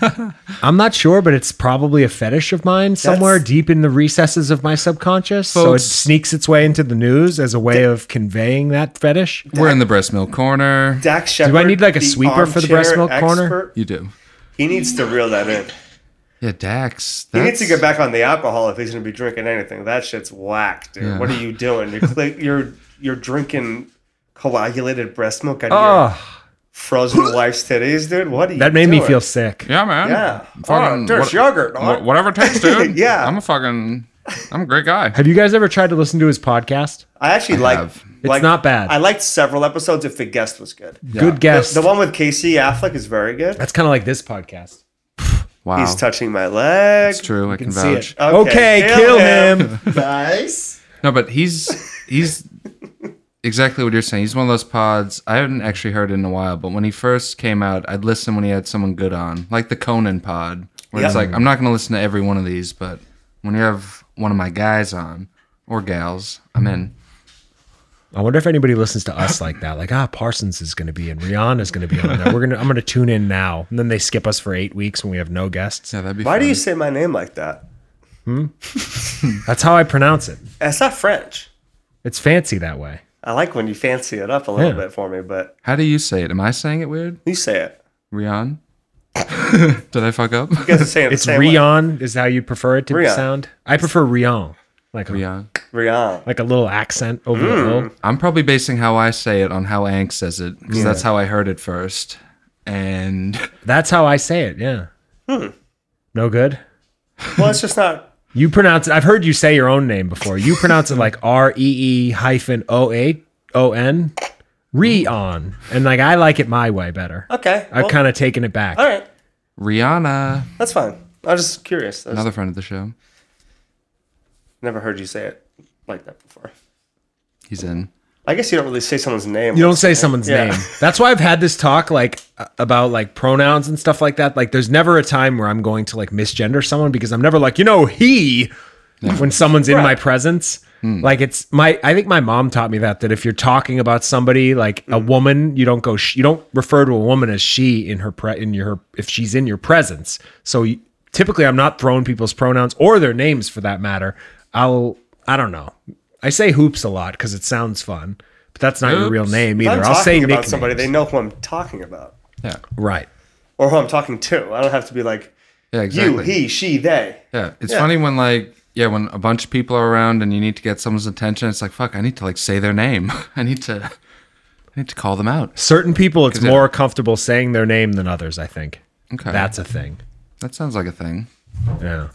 I'm not sure, but it's probably a fetish of mine somewhere
That's-
deep in the recesses of my subconscious. so it
Folks-
sneaks its way into the news as a way of conveying that fetish.
We're in the breast milk corner.
Dax Shepard.
need, like, a
the
sweeper for the breast
armchair
milk corner?
expert,
You do.
He needs to reel that in.
Yeah, Dax.
He needs to
that's-
get back on the alcohol if he's going to be drinking anything. That shit's whack, dude.
Yeah.
What are you doing? You're cli- you're you're drinking coagulated breast milk out of your
Oh,
frozen wife's titties, dude. What are you
that made me
doing?
feel sick.
Yeah, man.
Yeah.
Fucking
oh, there's
what-
yogurt.
wha- whatever it takes, dude.
Yeah.
I'm a fucking I'm a great guy.
Have you guys ever tried to listen to his podcast?
I actually like.
have.
It's
like-
not bad.
I liked several episodes if the guest was good.
Good guess.
The one with Casey Affleck is very good.
That's kind of like this podcast.
Wow.
He's touching my leg.
it's true. I can,
see
vouch.
it. Okay, kill him.
nice.
No, but he's he's exactly what you're saying. He's one of those pods I haven't actually heard in a while, but when he first came out, I'd listen when he had someone good on, like the Conan pod, where it's
Yeah.
like I'm not going to listen to every one of these, but when you have one of my guys on or gals, I'm in.
I wonder if anybody listens to us like that. Like, ah, Parsons is going to be and Rihanna's going to be on there. We're gonna, I'm going to tune in now, and then they skip us for eight weeks when we have no guests.
Yeah, that'd be.
Why do
fun.
you say my name like that?
That's how I pronounce it.
It's not French.
It's fancy that way.
I like when you fancy it up a little
Yeah.
bit for me, but
How do you say it? Am I saying it weird,
you say it.
Rion? Did I fuck up?
You guys are saying it the
It's
same way.
Rion is how you prefer it to
Rion.
sound. I prefer Rion, like a,
Rion.
Rion.
like a little accent over the O.
I'm probably basing how I say it on how Ank says it because that's how I heard it first. and
That's how I say it. Yeah. Hmm. No good.
Well, it's just not.
You pronounce it. I've heard you say your own name before. You pronounce it like R E E hyphen O A O N, Reon, and like I like it my way better.
Okay.
I've
well,
kind of taken it back.
All right.
Rihanna,
That's fine. I was just curious. I was-
another friend of the show.
never heard you say it like that before.
He's in.
I guess you don't really say someone's name.
You don't say someone's
Yeah.
name. That's why I've had this talk like uh, about like pronouns and stuff like that. Like there's never a time where I'm going to like misgender someone because I'm never like, you know, he when someone's in my presence. Like it's my I think my mom taught me that that if you're talking about somebody like a woman, you don't go sh- you don't refer to a woman as she in her pre- in your if she's in your presence. So you, typically I'm not throwing people's pronouns or their names for that matter. I'll I don't know. I say hoops a lot cuz it sounds fun. But that's not your real
Hoops.
name
If
either.
I'm
I'll
talking
say
about
nicknames.
somebody. They know who I'm talking about
Yeah.
Right.
or who I'm talking to. I don't have to be like
Yeah, exactly.
you, he, she, they.
Yeah, it's
Yeah.
funny when like yeah, when a bunch of people are around and you need to get someone's attention, it's like fuck, I need to like say their name. I need to, I need to call them out.
Certain people it's
'Cause it-
more comfortable saying their name than others, I think.
Okay,
That's a thing.
that sounds like a thing.
Yeah.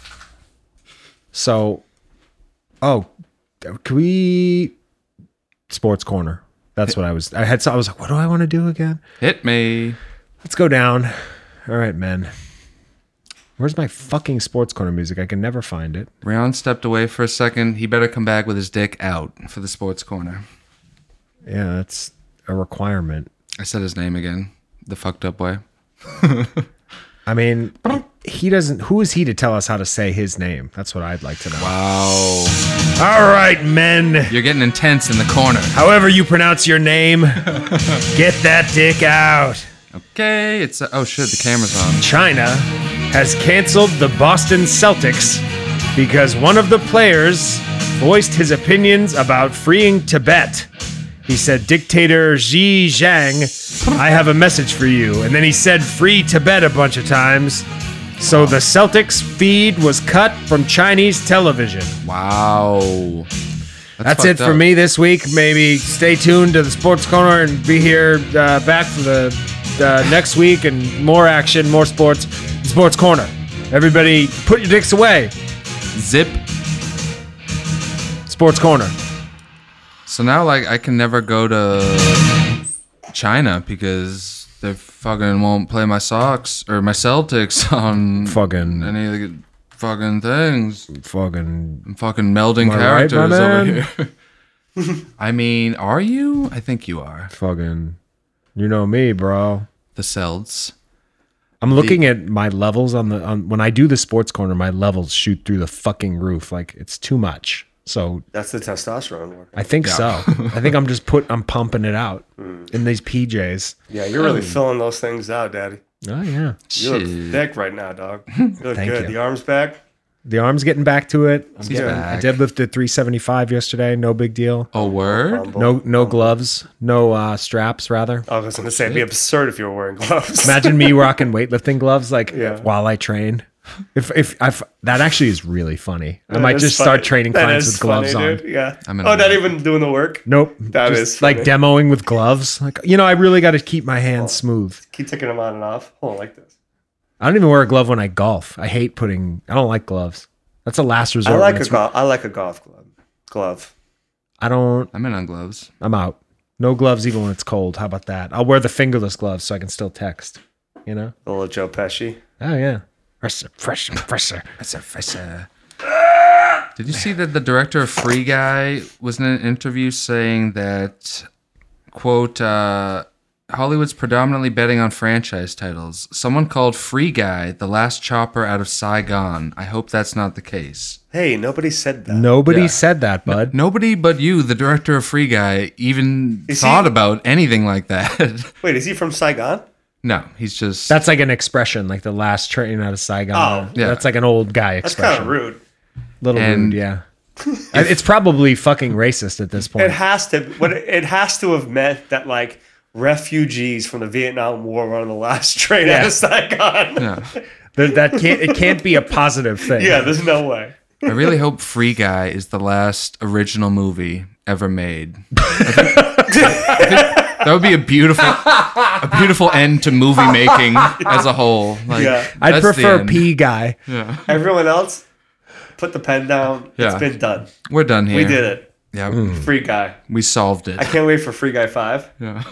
So oh, can we sports corner. That's what I was I had so I was like, what do I want to do again?
Hit me.
Let's go down. All right, men. Where's my fucking sports corner music? I can never find it.
Rion stepped away for a second. He better come back with his dick out for the sports corner.
Yeah, that's a requirement.
I said his name again, the fucked up way.
I mean, he doesn't who is he to tell us how to say his name? That's what I'd like to know.
Oh,
All right, men.
you're getting intense in the corner.
However you pronounce your name, get that dick out.
Okay, it's oh shit, the camera's on.
China has canceled the Boston Celtics because one of the players voiced his opinions about freeing Tibet. He said, Dictator Xi Zhang, I have a message for you. And then he said, Free Tibet a bunch of times. So the Celtics feed was cut from Chinese television.
Wow.
That's it
fucked
for
up.
me this week. Maybe stay tuned to the Sports Corner and be here uh, back for the uh, next week and more action, more sports. Sports Corner. Everybody, put your dicks away.
Zip.
Sports Corner.
So now like I can never go to China because they fucking won't play my socks or my Celtics on
Fucking,
any of the fucking things.
fucking.
I'm fucking melding
Am I right,
characters
my
over
man?
here. I mean, are you? I think you are.
Fucking. You know me, bro.
The Celts.
I'm looking at my levels on the on when I do the sports corner, my levels shoot through the fucking roof. Like it's too much. So
That's the testosterone work.
I think
Yeah.
so. I think I'm just put I'm pumping it out in these PJs.
Yeah, you're really
Hmm.
filling those things out, Daddy.
Oh yeah.
You look
Shit.
thick right now, dog. You look
Thank
good.
you.
The arms back.
The arm's getting back to it. I'm
He's
getting,
back.
I deadlifted 375 yesterday. No big deal.
A word?
Rumble.
No no gloves. No uh, straps. Rather,
I was gonna say it'd be absurd if you were wearing gloves.
imagine me rocking weightlifting gloves like
Yeah.
while I train. If if I've, that actually is really funny. I
That
might
is
just
funny.
start training
That
clients
is
with gloves
funny,
on.
dude. Yeah.
I'm in
oh,
on
not
that.
even doing the work.
Nope.
That
just
is
like
funny.
demoing with gloves. Like you know, I really got to keep my hands smooth.
Keep taking them on and off. Hold on, like this.
I don't even wear a glove when I golf. I hate putting. I don't like gloves. That's a last resort.
I
when
like a
it's-
golf. I like a golf glove. Glove.
I don't.
I'm in on gloves.
I'm out. No gloves even when it's cold. How about that? I'll wear the fingerless gloves so I can still text. You know?
A little Joe Pesci.
Oh yeah. Pressure, pressure, pressure.
That's a that's a- Uh, Did you see that the director of Free Guy was in an interview saying that, quote, uh, Hollywood's predominantly betting on franchise titles. Someone called Free Guy the last chopper out of Saigon. I hope that's not the case.
Hey, nobody said that.
Nobody
Yeah.
said that, bud.
Nobody but you, the director of Free Guy, even
Is
thought
he-
about anything like that.
Wait, is he from Saigon?
no, he's just.
That's like an expression, like the last train out of Saigon.
Oh.
Yeah.
That's like an old guy
That's kind
expression.
of rude.
Little
And-
rude, yeah. And it's probably fucking racist at this
It
point.
has to. What it it has to have meant that like refugees from the Vietnam War were on the last train out of Saigon. Yeah.
Th- that can't it can't be a positive thing.
there's no way.
I really hope Free Guy is the last original movie ever made. I think, I think- That would be a beautiful, a beautiful end to movie making as a whole. Like,
Yeah.
I'd
that's the
prefer
end.
P guy.
Everyone else, put the pen down.
Yeah.
It's been done.
We're done here.
We did it.
Yeah,
Free guy.
we solved it.
I can't wait for Free Guy Five.
Yeah.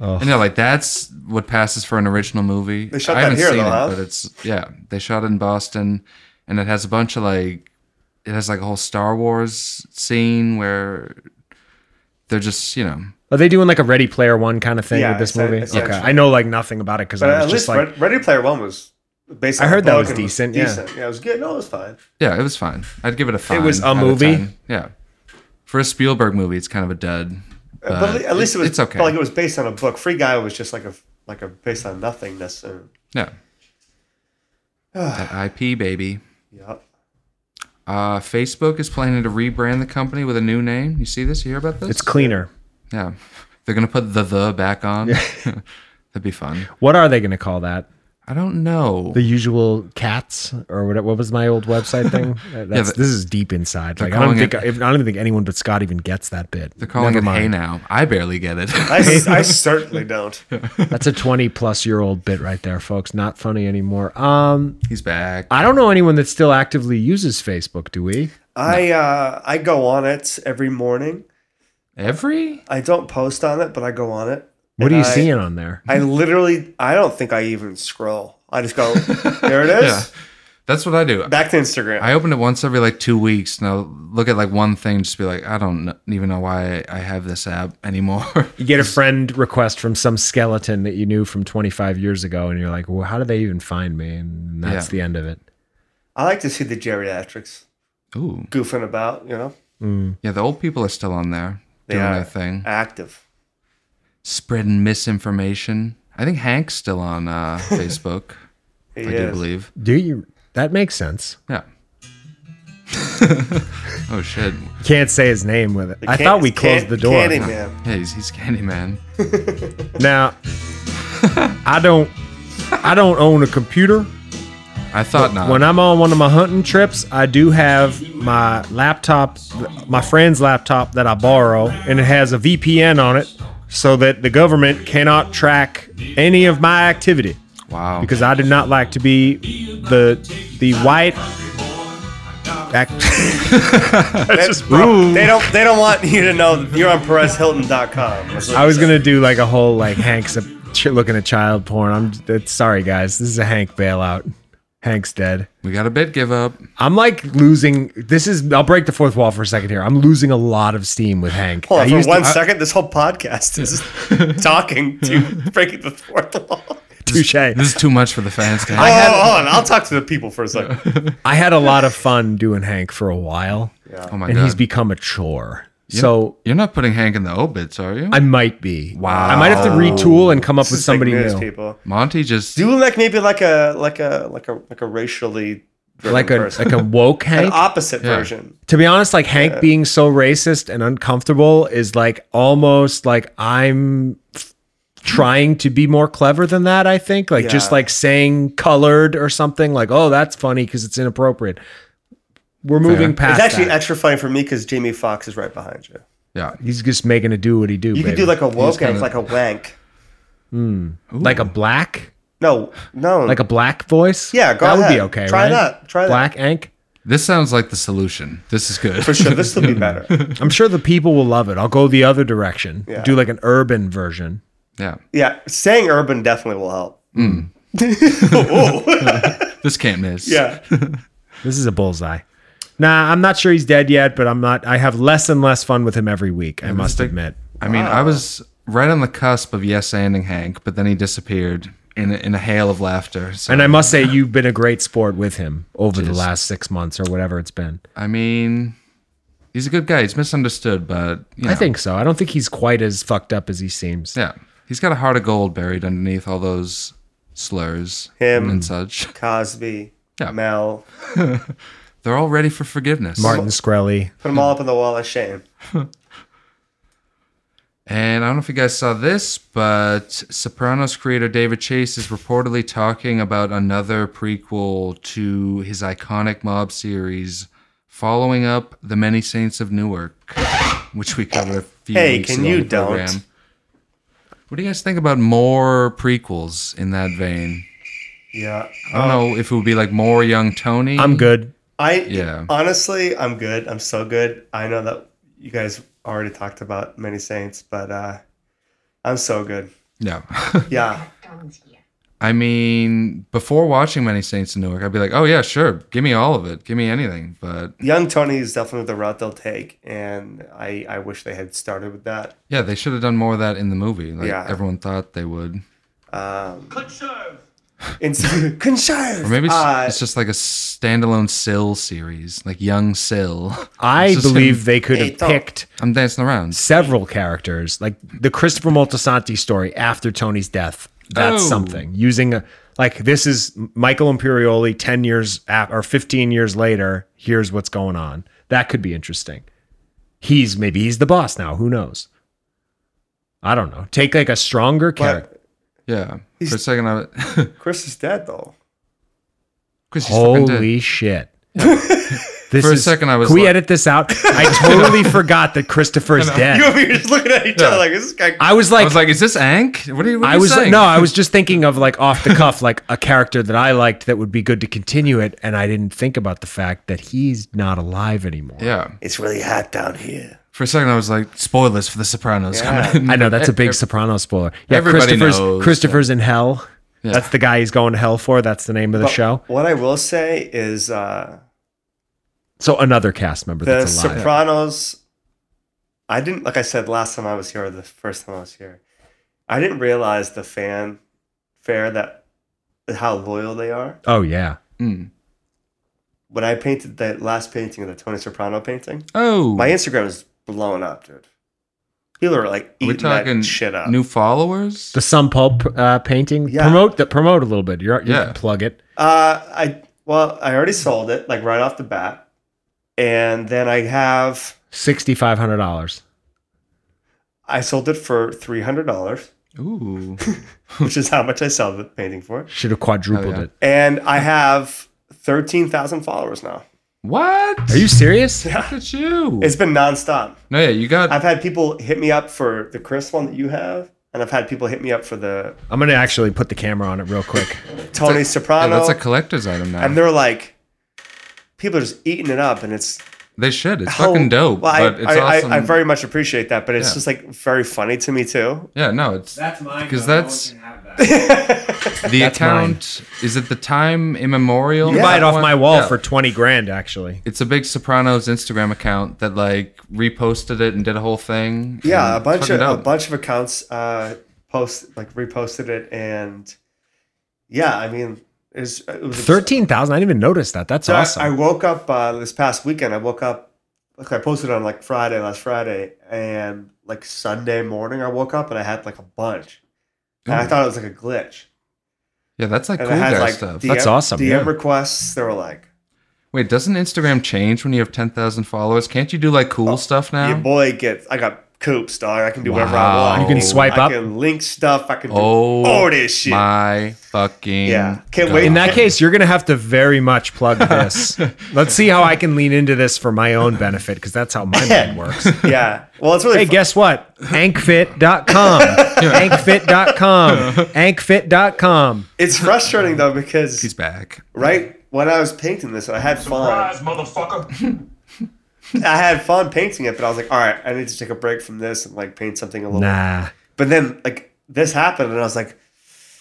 Oh.
And they're like, that's what passes for an original movie. They
shot
I
that
haven't
here,
seen
though,
it,
huh?
but it's yeah. They shot it in Boston, and it has a bunch of like, it has like a whole Star Wars scene where they're just you know
Are they doing like a Ready Player One kind of thing
Yeah,
with this
I said-
movie?
I said
okay,
it's-
I know like nothing about it because
But
I
at
was just
least
like,
Re- Ready Player One was based.
I
on
heard
the
that
book
was
and
decent, yeah.
Yeah, it was good. No, it was fine.
yeah, it was fine. I'd give it a five.
was a
out of
movie?
10. Yeah. For a Spielberg movie, it's kind of a dud.
But, at least it was.
it's okay.
Like it was based on a book. Free Guy was just like a like a based on nothing necessarily.
Yeah. that IP baby.
Yep.
Uh, Facebook is planning to rebrand the company with a new name. You see this? You hear about this?
it's cleaner.
Yeah. They're going to put the the back on. That'd be fun.
What are they going to call that?
I don't know.
The usual cats or what? What was my old website thing? Uh, That's,
but-
this is deep inside. Like I
calling
don't think
it-
I, don't even think anyone but Scott even gets that bit.
They're calling
Never
it Hey
mind.
Now. I barely get it.
I, s- I certainly don't.
That's a twenty plus year old bit right there, folks. Not funny anymore. Um,
He's back.
I don't know anyone that still actively uses Facebook. Do we?
I uh, I go on it every morning.
Every?
I don't post on it, but I go on it.
What
And
are you
I-
seeing on there?
I literally, I don't think I even scroll. I just go, there it is.
Yeah. That's what I do.
Back to Instagram.
I open it once every like two weeks and I'll look at like one thing and just be like, I don't kn- even know why I have this app anymore.
You get a friend request from some skeleton that you knew from 25 years ago, and you're like, well, how did they even find me? And that's
Yeah.
the end of it.
I like to see the geriatrics
Ooh.
goofing about, you know,
Yeah, the old people are still on there
They
doing
are.
their thing,
active.
spreading misinformation. I think Hank's still on uh, Facebook.
He
I do
is.
believe.
Do you? That makes sense.
Yeah. oh shit.
Can't say his name with it.
The
I
can-
thought we
can-
closed the door.
Candy man.
Yeah, he's, he's Candyman.
Now, I don't, I don't own a computer.
I thought not.
When I'm on one of my hunting trips, I do have my laptop, my friend's laptop that I borrow, and it has a VPN on it, so that the government cannot track any of my activity.
wow.
because I do not like to be the the white. Act- That's just wrong.
They don't. They don't want you to know that you're on PerezHilton.com. That's what
I
he
was
said.
gonna do like a whole like Hank's a ch- looking at child porn. I'm that's, sorry guys, this is a Hank bailout. Hank's dead.
we got a bit give up.
I'm like losing. This is. I'll break the fourth wall for a second here. I'm losing a lot of steam with Hank.
Hold
I
on, for
used to-
one second.
I-
This whole podcast is talking to breaking the fourth wall.
touche.
This is too much for the fans. To
Oh,
handle.
hold on. I'll talk to the people for a second.
I had a lot of fun doing Hank for a while,
oh my
and
god.
he's become a chore. So
You're not putting Hank in the obits, are you?
I might be.
Wow.
I might have to retool and come up with somebody
Big news,
new.
people.
Monty just.
Do like maybe like a like a like a like a racially driven
like a
person.
like a woke
an
Hank.
opposite
Yeah.
version.
to be honest, like Hank being so racist and uncomfortable is like almost like I'm f- trying to be more clever than that. I think like just
Yeah.
like saying colored or something like oh that's funny because it's inappropriate. We're moving
It's
past.
actually
that.
extra funny for me because Jamie Foxx is right behind you.
yeah.
he's just making a do what he do.
You could do like a woke and it's like a wank.
like a black
No, no,
like a black voice.
Yeah, go
that would be
ahead.
okay.
Try
right?
that. Try that.
black Hank.
This sounds like the solution. This is good.
for sure. This will be better.
I'm sure the people will love it. I'll go the other direction.
Yeah.
Do like an urban version.
yeah.
Yeah, saying urban definitely will help.
This can't miss.
Yeah,
This is a bullseye. Nah, I'm not sure he's dead yet, but I'm not. I have less and less fun with him every week. I must
thing-
admit.
I mean, I was right on the cusp of yes anding Hank, but then he disappeared in a, in a hail of laughter. So,
And I must say, you've been a great sport with him over the last six months or whatever it's been.
I mean, he's a good guy. He's misunderstood, but you know,
I think so. I don't think he's quite as fucked up as he seems.
yeah, he's got a heart of gold buried underneath all those slurs
Him.
and such.
Cosby,
Yeah.
Mel,
They're all ready for forgiveness.
Martin Screlly.
put them all up on the wall of shame.
And I don't know if you guys saw this, but Sopranos creator David Chase is reportedly talking about another prequel to his iconic mob series, following up The Many Saints of Newark, which we covered a few
Hey,
weeks
can
ago.
you
on the program.
don't?
What do you guys think about more prequels in that vein?
Yeah.
I don't know if it would be like more young Tony.
I'm good.
I
Yeah.
honestly, I'm good. I'm so good. I know that you guys already talked about many saints, but uh I'm so good.
No.
Yeah.
I mean, before watching Many Saints in Newark, I'd be like, oh, yeah, sure. Give me all of it. Give me anything. But
Young Tony is definitely the route they'll take, and I I wish they had started with that.
yeah, they should have done more of that in the movie. Like
Yeah.
everyone thought they would.
Um,
Conserve.
and conserve.
Or maybe it's,
uh,
it's just like a standalone Sill series, like Young Sill.
I
It's just him-
believe they could
Hey,
have
Tom.
picked
I'm dancing around.
several characters, like the Christopher Moltisanti story after Tony's death. That's
Oh.
something. Using a like this is Michael Imperioli ten years af- or fifteen years later. Here's what's going on. That could be interesting. He's maybe he's the boss now. Who knows? I don't know. Take like a stronger character.
but
Yeah. For a second, I was.
Chris is dead though.
Chris, he's fucking dead.
Holy shit. This
For a second, I was
Can we
like-
edit this out? I totally forgot that Christopher's
You
dead.
and me are just looking at each other like is this guy.
I was
I
like,
was like, is this Ank? What are you, what are
I
you
was
saying?
no, I was just thinking of like off the cuff, like a character that I liked that would be good to continue it, and I didn't think about the fact that he's not alive anymore.
Yeah.
it's really hot down here.
For a second, I was like, spoilers for The Sopranos coming in.
I know that's a big Soprano spoiler. Yeah,
Everybody
Christopher's
knows,
Christopher's in hell.
Yeah.
That's the guy he's going to hell for. That's the name of the
But
show.
What I will say is uh
So another cast member
the
that's alive.
Sopranos. I didn't like I said last time I was here or the first time I was here. I didn't realize the fan fair that how loyal they are.
oh yeah.
Mm.
When I painted that last painting of the Tony Soprano painting,
Oh.
my Instagram is blown up, dude. People are like
We're
eating
talking
that shit up.
new followers.
The Sun Pulp uh, painting.
Yeah.
Promote that. Promote a little bit. You're, you
Yeah.
can plug it.
Uh, I well, I already sold it like right off the bat, and then I have
Sixty five hundred dollars.
I sold it for three hundred dollars,
Oow.
which is how much I sell the painting for.
Should have quadrupled
Oh, yeah.
it.
and I have 13,000 followers now.
what?
Are you serious?
Look at you.
It's been nonstop.
no, yeah, you got.
I've had people hit me up for the Chris one that you have, and I've had people hit me up for the
I'm gonna actually put the camera on it real quick.
Tony
yeah,
Soprano.
that's a collector's item now.
and they're like, people are just eating it up, and it's
They should. It's
hell-
fucking dope.
Oh, Well, I,
but it's
I, I-
awesome.
I, very much appreciate that, but it's
Yeah.
just like very funny to me too.
yeah, no, it's
That's mine.
'Cause no one that's- can the account. Is it the time immemorial?
You buy it
That
off
one?
my wall
Yeah.
for twenty grand, actually.
It's a big Sopranos Instagram account that like reposted it and did a whole thing.
Yeah,
and
a bunch
it's
of
fucking
a
dope.
bunch of accounts uh, post like reposted it, and yeah, I mean, it's, it was
Thirteen thousand. I didn't even notice that. That's
So I-
awesome.
I, woke up uh, this past weekend. I woke up, like I posted on like Friday, last Friday, and like Sunday morning, I woke up and I had like a bunch. And I
Ooh.
thought it was like a glitch.
Yeah, that's like
And
cool
I had
guy
like
stuff.
That's awesome,
DM
yeah.
requests. They were like,
Wait, doesn't Instagram change when you have ten thousand followers? Can't you do like cool
Oh,
stuff now?
your boy gets, I got coops, dog. I can do whatever I
Uh-huh. Wow.
want.
You can
swipe
I
up?
can link stuff. I can do
Oh,
all this shit.
my fucking
Yeah. Can't
God.
wait.
in that case, you're going to have to very much plug this. Let's see how I can lean into this for my own benefit because that's how my mind works.
Yeah. Well, it's really
Hey,
fu-
guess what? Ankfit.com. Ankfit.com. Ankfit.com.
it's frustrating though because
He's back.
right when I was painting this, I had fun.
Surprise, motherfucker.
I had fun painting it, but I was like, all right, I need to take a break from this and like paint something a little.
Nah.
But then like this happened, and I was like,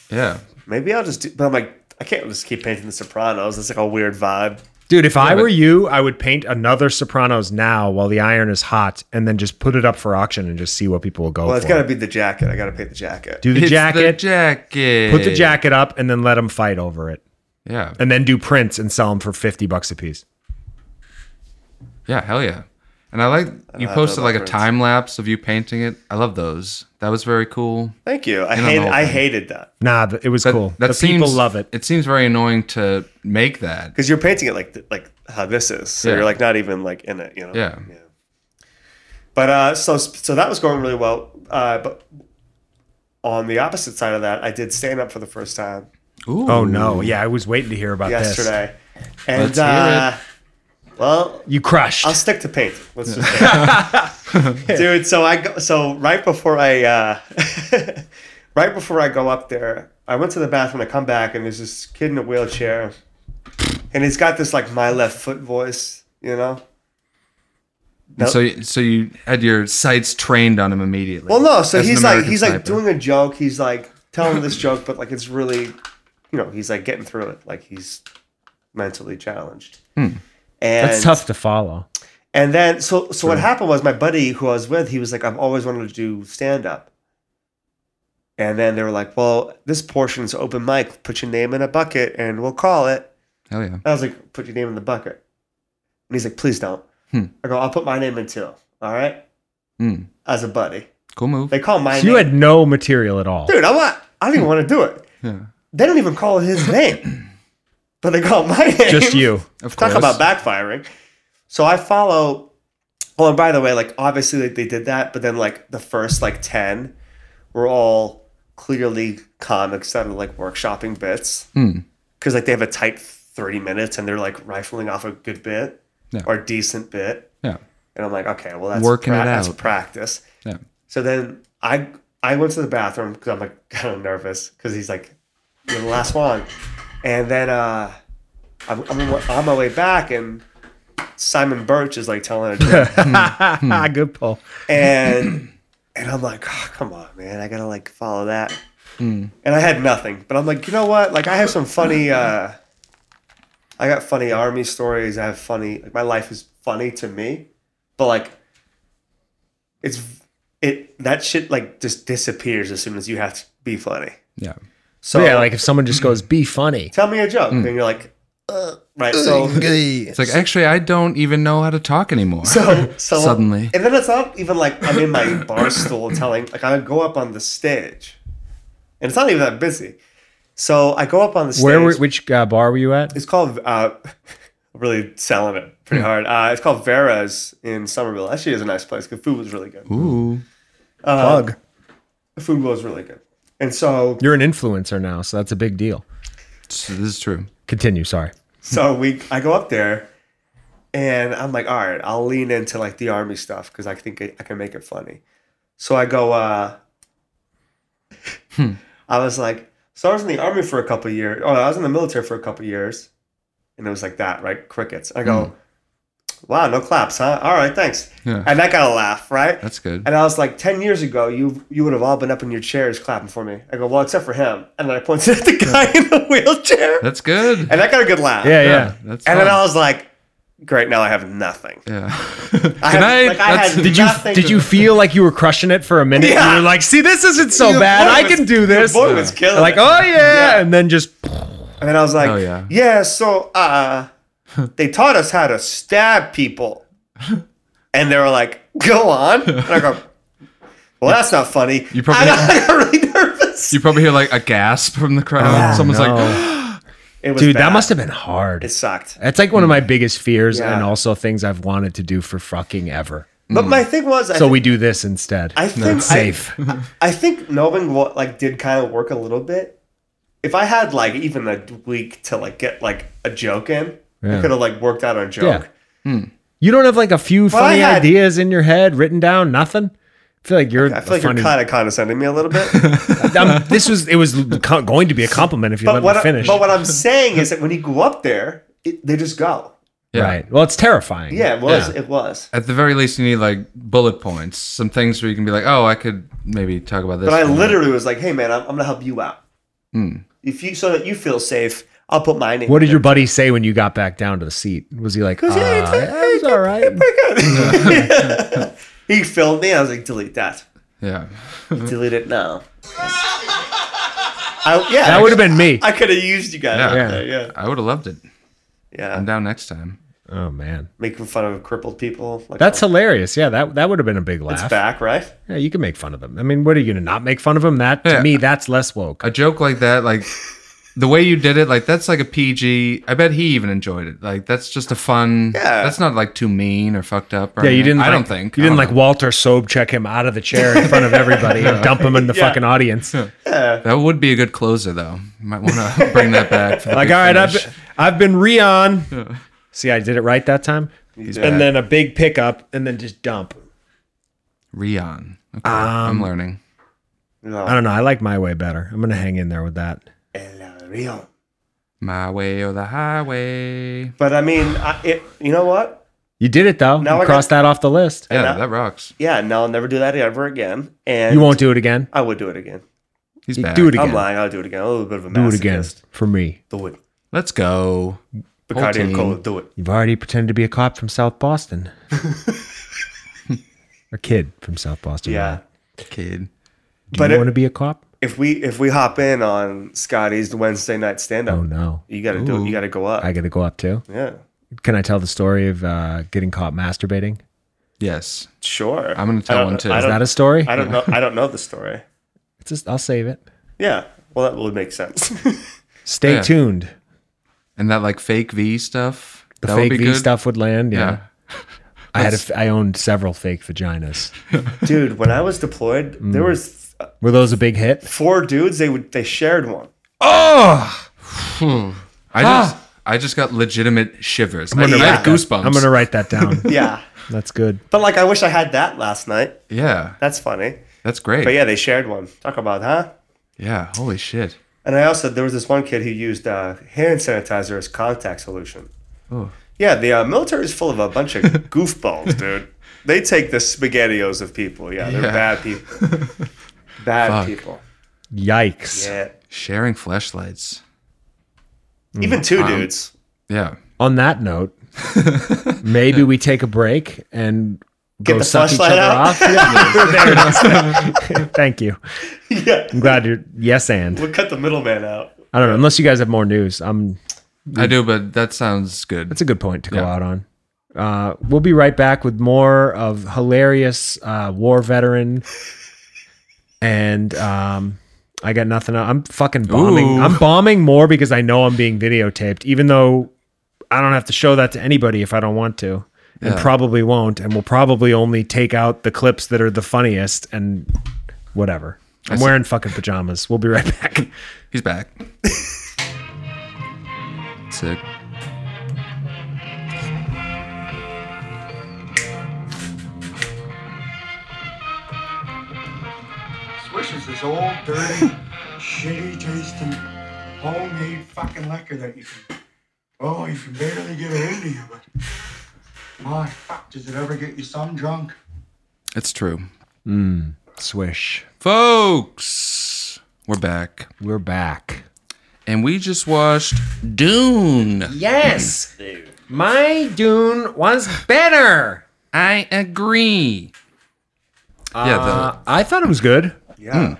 Yeah.
maybe I'll just do. But I'm like, I can't just keep painting The Sopranos. It's like a weird vibe.
Dude, if I
but-
were you, I would paint another Sopranos now while the iron is hot and then just put it up for auction and just see what people will go
Well,
for.
it's got to be the jacket. I got to paint the jacket.
Do the
It's
jacket,
jacket.
put the jacket up, and then let them fight over it.
Yeah.
And then do prints and sell them for 50 bucks a piece.
Yeah. Hell yeah. And I like you
know
posted
about
like a
birds.
time lapse of you painting it. I love those. That was very cool.
Thank you. I
You don't
hate.
know,
I
man.
hated that
Nah, th- it was
That,
cool.
That
the
seems,
people love it.
It seems very annoying to make that.
because you're painting it like th- like how this is. So
Yeah.
you're like not even like in it. You know.
Yeah.
But uh, so so that was going really well. Uh, but on the opposite side of that, I did stand up for the first time.
Ooh.
Oh no! Yeah, I was waiting to hear about
yesterday. And
Let's hear it.
uh, Well,
You crushed.
I'll stick to paint. Let's just say, dude. So I go, so right before I uh, right before I go up there, I went to the bathroom. I come back and there's this kid in a wheelchair, and he's got this like my left foot voice, you know.
And So, you- so you had your sights trained on him immediately.
Well, no. So
As an
he's like
American
he's like
sniper.
doing a joke. He's like telling this joke, but like it's really, you know, he's like getting through it. Like he's mentally challenged.
Hmm.
And
That's tough to follow.
And then so so what happened was my buddy who I was with, he was like, I've always wanted to do stand up. And then they were like, Well, this portion's open mic, put your name in a bucket and we'll call it.
Hell yeah.
I was like, Put your name in the bucket. And he's like, Please don't.
Hmm.
I go, I'll put my name in too. All right.
Hmm.
As a buddy.
Cool move.
They call my
So
name.
you had Hmm. no material at all.
Dude, I'm not, I didn't even want to do it.
yeah.
They don't even call his name. but they call my name.
Just you.
Of course.
Talk about backfiring. So I follow. Oh, and by the way, like obviously like, they did that, but then like the first like ten were all clearly comics that are like workshopping bits
Hmm.
because like they have a tight thirty minutes and they're like rifling off a good bit
Yeah.
or decent bit,
Yeah.
and I'm like, okay, well that's
Working it
prac- that's
out.
practice.
Yeah.
So then I I went to the bathroom because I'm like kind of nervous because he's like, "You're the last one," and then uh, I'm, I'm on my way back and Simon Birch is like telling a joke
Ah,
hmm.
good pull.
and and I'm like, oh, come on, man, I gotta like follow that. And I had nothing, but I'm like, you know what? Like I have some funny. uh I got funny army stories. I have funny. Like my life is funny to me, but like, it's it that shit like just disappears as soon as you have to be funny.
Yeah.
So
yeah, like if someone just goes, "Be funny."
tell me a joke, and you're like, uh, right? So
It's like actually, I don't even know how to talk anymore.
So, so
Suddenly.
and then it's not even like I'm in my bar stool telling like I go up on the stage, and it's not even that busy. So I go up on the stage.
Where? Were, which uh, bar were you at?
it's called uh, really selling it pretty
Hmm.
hard. Uh, it's called Vera's in Somerville. Actually, is a nice place. 'cause food was really good. Uh,
Ooh.
Bug.
The food was really good, and so
You're an influencer now, so that's a big deal.
So this is true.
Continue. Sorry.
so we I go up there, and I'm like, all right, I'll lean into like the army stuff because I think I, I can make it funny. So I go. uh
Hmm.
I was like, so I was in the army for a couple of years. Oh, I was in the military for a couple of years, and it was like that, right? Crickets. I go, wow, no claps, huh? All right, thanks.
Hmm. Yeah.
And that got a laugh, right?
That's good.
And I was like, ten years ago, you you would have all been up in your chairs clapping for me. I go, well, except for him. And then I pointed at the guy in the wheelchair,
That's good.
and that got a good laugh.
Yeah, yeah.
That's
And then
fun.
I was like, great, now I have nothing.
Yeah.
I
Good
have,
night.
Like, I
That's-
had
Did you
nothing
did you feel like you were crushing it for a minute?
Yeah.
You were like, "See, this isn't so
Your
bad.
boy
I
was-
can do
your
this."
boy was killing
Like,
it.
oh yeah,
Yeah.
and then just
And then I was like,
Oh, yeah.
yeah. so uh, they taught us how to stab people. And they were like, go on. And I go, well, that's not funny.
You probably-
I got, I got really nervous.
You probably hear like a gasp from the crowd. Someone's like,
Oh, No.
It was
dude,
bad.
that must have been Mm. hard.
It sucked.
That's like one of my biggest fears,
Yeah.
and also things I've wanted to do for fucking ever.
But my thing was, I
So
thi-
we do this instead.
I think
That's
I-
safe.
I think knowing what like did kind of work a little bit. If I had like even a week to like get like a joke in,
Yeah.
I could have like worked out a joke.
Yeah. You don't have like a few
Well, I
funny
had-
ideas in your head written down, nothing. I feel like you're.
I feel like
funny-
you're kind of condescending me a little bit.
Um, this was it was co- going to be a compliment if you
but
let
what
me
I,
finish.
but what I'm saying is that when you go up there, it, they just go.
yeah.
Right. Well, it's terrifying.
Yeah, it was. It was.
At the very least, you need like bullet points, some things where you can be like, oh, I could maybe talk about this. uh,
But I
more."
literally was like, "Hey, man, I'm, I'm gonna help you out. If you so that you feel safe, I'll put my name."
Hmm. What did your buddy say when you got back down to the seat? Was he like, uh,
Because yeah, it's,
yeah, it was all right.
right. he filmed me. I was like, "Delete that.
Yeah.
Mm-hmm.
Delete it now." I, yeah,
That would have been me.
I could have used you guys.
Yeah.
Yeah,
Yeah.
yeah, yeah.
I would have loved it. I'm
yeah.
down next time.
Oh man,
Making fun of crippled people. Like
that's
oh,
hilarious. Yeah, that that would have been a big
it's
laugh.
back, right?
Yeah, you can make fun of them. I mean, what are you gonna not make fun of them? That to
Yeah.
me, that's less woke.
A joke like that, like the way you did it, like that's like a PG. I bet he even enjoyed it. Like that's just a fun.
Yeah.
That's not like too mean or fucked up. Or
yeah, you
anything.
didn't.
I
like-
don't think
you
I
didn't
don't
like Walter Sobe check him out of the chair in front of everybody and dump him in the
Yeah.
fucking audience.
know. That would be a good closer though. You might want to bring that back. For the
Like,
big
all right, I've
finish.
been, I've been Rion. See, I did it right that time.
did.
And then a big pickup, and then just dump.
Rion. Okay,
Um,
I'm learning.
No.
I don't know. I like my way better. I'm gonna hang in there with that.
El Rio.
My way or the highway.
But I mean, I, it, you know what?
You did it though.
Now
You
I
crossed that off the list.
Yeah,
I-
that rocks.
Yeah, no, I'll never do that ever again. And
You won't do it again.
I would do it again.
He's
You
back.
do it again.
I'm lying. I'll do it again. I'm a little bit of a
do it again
masochist.
for me.
Do it.
Let's go.
Bacardi and
team.
cola. Do it.
You've already pretended to be a cop from South Boston. a kid from South Boston.
Yeah.
right?
Kid.
Do
But
you
it-
want to be a cop?
If we if we hop in on Scotty's Wednesday night stand up,
Oh no.
you gotta do it. You gotta go up.
I got to go up too.
yeah.
Can I tell the story of uh, getting caught masturbating?
Yes.
Sure.
I'm gonna
I
tell
don't-
one too.
I
Is
don't,
that a story?
I don't know. I don't know the story.
It's just, I'll save it.
Yeah. Well, that would make sense.
Stay
Yeah.
tuned.
And that like fake V stuff.
The
that would
fake
be
V
good.
stuff would land. Yeah.
Yeah.
I had a f- I owned several fake vaginas.
Dude, when I was deployed,
Mm.
there was uh,
Were those a big hit?
four dudes. They would they shared one.
Oh,
I just I just got legitimate shivers. i
gonna
had
write that.
goosebumps.
Ah! I'm gonna write that down.
Yeah.
That's good.
but like, I wish I had that last night.
yeah.
That's funny.
That's great.
But
Yeah.
yeah, they shared one. Talk about huh?
Holy shit.
And I also there was this one kid who used uh, hand sanitizer as contact solution.
Oh.
Yeah, the uh, military is full of a bunch of goofballs, dude. They take the spaghettios of people. Yeah, they're
Yeah.
bad people. Bad
Fuck.
people.
Yikes.
Yeah.
Sharing fleshlights. Mm,
Even two dudes.
Yeah.
On that note, maybe we take a break and go
the
suck each
flashlight
other
out.
off. Yeah. Thank you.
Yeah.
I'm glad you're. Yes, and
We'll cut the middleman out.
I don't know. Unless you guys have more news, I'm.
I do, but that sounds good.
That's a good point to go
Yeah.
out on. Uh, we'll be right back with more of hilarious uh, war veteran. And um, I got nothing. el- I'm fucking bombing.
Ooh.
I'm bombing more because I know I'm being videotaped, even though I don't have to show that to anybody if I don't want to. And
Yeah.
probably won't, and we'll probably only take out the clips that are the funniest and whatever. I'm
see.
wearing fucking pajamas. We'll be right back.
He's back. Sick.
Swishes is old, dirty, shitty tasting, homemade fucking liquor that you can, oh, you can barely get it into you, but my fuck, does it ever get you some drunk?
It's true.
Swish.
Folks, we're back.
We're back.
And we just watched Dune.
Yes. My Dune was better.
I agree. yeah,
Uh, I thought it was good.
Yeah.
the,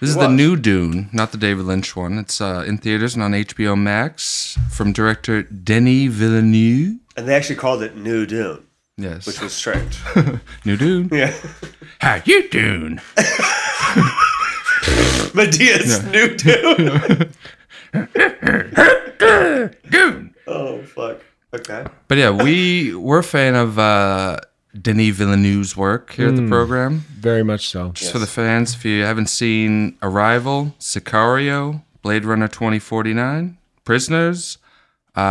this is the new Dune, not the David Lynch one. It's uh, in theaters and on HBO Max from director Denis Villeneuve.
And they actually called it New Dune,
Yes.
which was strange.
new Dune.
yeah.
How you Dune?
Medea's New Dune.
Dune.
oh, fuck. Okay.
But yeah, we we're a fan of uh, Denis Villeneuve's work here at the program.
Very much so.
Just for the fans, if you haven't seen Arrival, Sicario, Blade Runner 2049, Prisoners,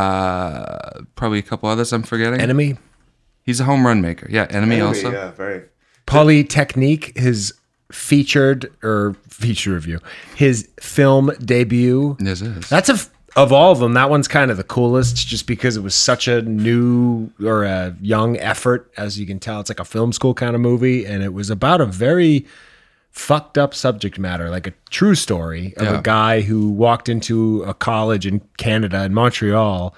uh, probably a couple others I'm forgetting.
Enemy.
He's a home run maker. Yeah, enemy, also.
Yeah, very.
Polytechnique, his featured or feature review, his film debut.
Yes, it is.
That's a f- of all of them. That one's kind of the coolest, just because it was such a new or a young effort. As you can tell, it's like a film school kind of movie, and it was about a very fucked up subject matter, like a true story of
Yeah.
a guy who walked into a college in Canada in Montreal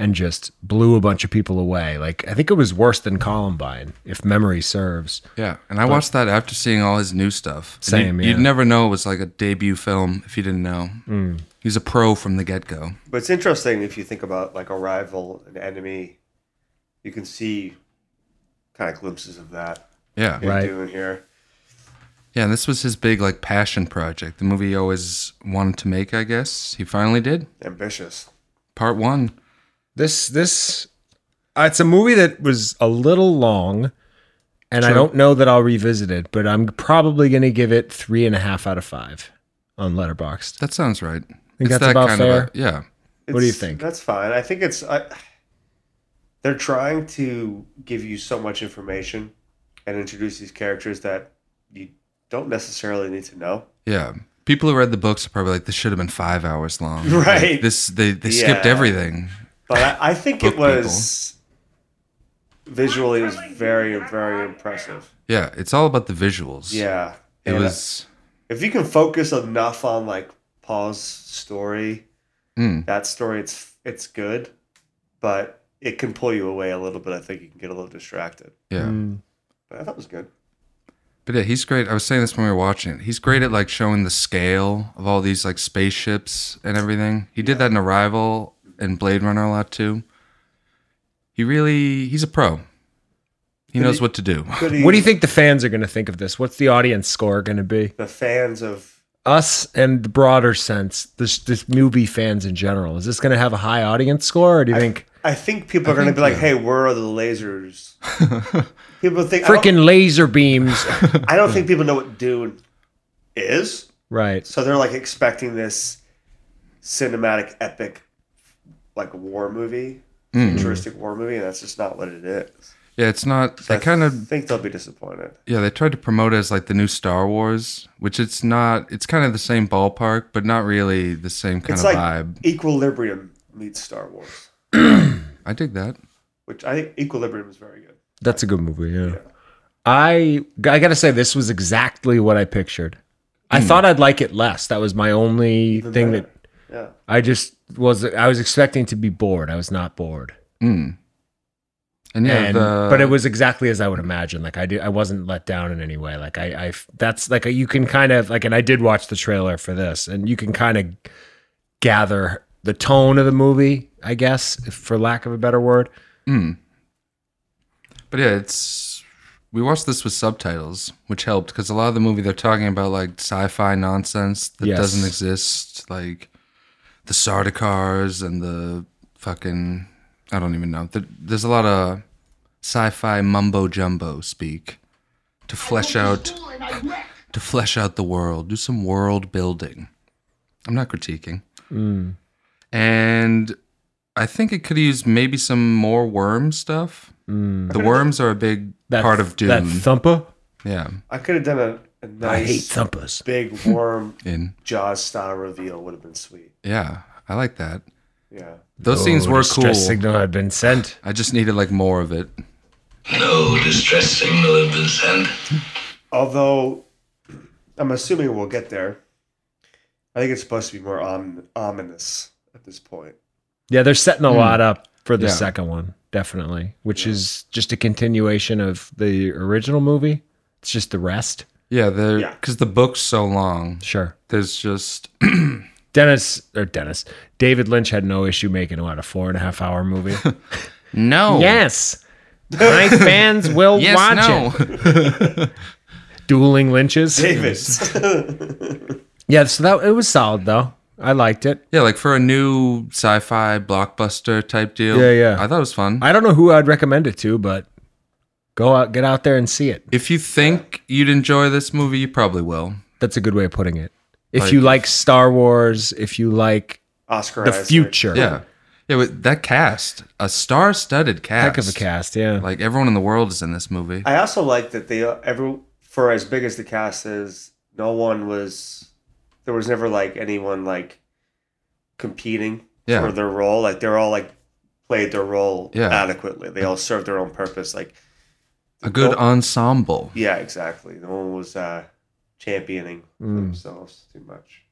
and just blew a bunch of people away. Like I think it was worse than Columbine, if memory serves.
yeah, and I watched that after seeing all his new stuff. And
Same,
You'd, you'd
yeah. Hmm.
never know it was like a debut film if you didn't know. He's a pro from the get go.
But it's interesting if you think about like Arrival and Enemy, you can see kind of glimpses of that
Yeah.
in
Right.
Dune here.
Yeah, and this was his big like passion project, the movie he always wanted to make. I guess he finally did.
Ambitious.
Part one.
This this uh, it's a movie that was a little long, and I
True.
don't know that I'll revisit it, but I'm probably going to give it three and a half out of five on Letterboxd.
That sounds right.
that's about fair.
yeah.
What do you
It's-
think?
That's fine. I think it's. I, they're trying to give you so much information and introduce these characters that you don't necessarily need to know.
Yeah. People who read the books are probably like, this should have been five hours long.
Right.
Like, this they, they skipped
Yeah.
everything.
But I, I think
Book
it
people.
was visually it was very very impressive.
Yeah. It's all about the visuals.
Yeah,
It
And
was
if you can focus enough on like Paul's story,
Hmm.
Mm.
that story it's it's good, but it can pull you away a little bit. I think you can get a little distracted.
yeah.
But I thought it was good.
But yeah, he's great. I was saying this when we were watching it. He's great at like showing the scale of all these like spaceships and everything. He did that in Arrival and Blade Runner a lot too. He really he's a pro. He knows what to do.
Good
What do you think the fans are going to think of this? What's the audience score going to be?
the fans of
Us and the broader sense, this this movie fans in general. Is this going to have a high audience score, or do you think
I think people are going to
think,
be like,
yeah.
"Hey, where are the lasers?" people think I don't,
freaking laser beams?
I don't think people know what Dune is.
right.
So they're like expecting this cinematic epic, like war movie,
Hmm.
futuristic war movie, and that's just not what it is.
Yeah, it's not they
I
kind of
think they'll be disappointed.
yeah, they tried to promote it as like the new Star Wars, which it's not it's kind of the same ballpark, but not really the same kind
It's
of
like
vibe.
Equilibrium meets Star Wars,
I dig that.
which I think Equilibrium is very good.
That's a good movie. Yeah. I I gotta say this was exactly what I pictured. I
Hmm.
thought I'd like it less. That was my only thing
better.
that
Yeah,
I just was. I was expecting to be bored. I was not bored.
And yeah,
and,
the,
but it was exactly as I would imagine. Like I did, I wasn't let down in any way. Like I, I, that's like you can kind of like, and I did watch the trailer for this, and you can kind of gather the tone of the movie, I guess, if- for lack of a better word.
But yeah, it's we watched this with subtitles, which helped because a lot of the movie they're talking about like sci-fi nonsense that
Yes.
doesn't exist, like the Sardaukars and the fucking I don't even know. There, there's a lot of sci-fi mumbo jumbo speak to flesh out to flesh out the world, do some world building. I'm not critiquing,
Mm.
and I think it could use maybe some more worm stuff. The worms are a big
Mm. That,
part of Dune.
That thumper.
yeah,
I could have done a, a nice
I hate thumpers.
big worm
in
Jaws style reveal. Would have been sweet.
yeah, I like that.
Yeah,
Those scenes were
Distress
cool.
Oh, signal had been sent.
I just needed like more of it.
No distress signal had been sent.
although I'm assuming we'll get there. I think it's supposed to be more om- ominous at this point.
Yeah, they're setting a lot up for the
Hmm. Yeah.
second one, definitely, which is just a continuation of the original movie. It's just the rest.
Yeah, they're
Yeah.
because the book's so long.
Sure.
There's just
Dennis or Dennis, David Lynch had no issue making what a four and a half hour movie.
no.
yes, my fans will
Oh. Yes,
watch
no.
it. Dueling Lynches.
Davis.
Yeah, so that it was solid though. I liked it.
Yeah, like for a new sci-fi blockbuster type deal.
Yeah, yeah.
I thought it was fun.
I don't know who I'd recommend it to, but go out, get out there and see it.
if you think you'd enjoy this movie, you probably will.
That's a good way of putting it. If you like Star Wars, if you like
Oscar
the
Isaac.
future,
Yeah, yeah. With that cast, a star-studded cast.
heck of a cast, yeah.
Like everyone in the world is in this movie.
I also like that they every for as big as the cast is, no one was there was never like anyone like competing
Yeah.
for their role. Like they're all like played their role
Yeah.
adequately. They all served their own purpose. Like
a good
Well-
ensemble.
yeah, exactly. No one was uh championing
Hmm.
themselves too much.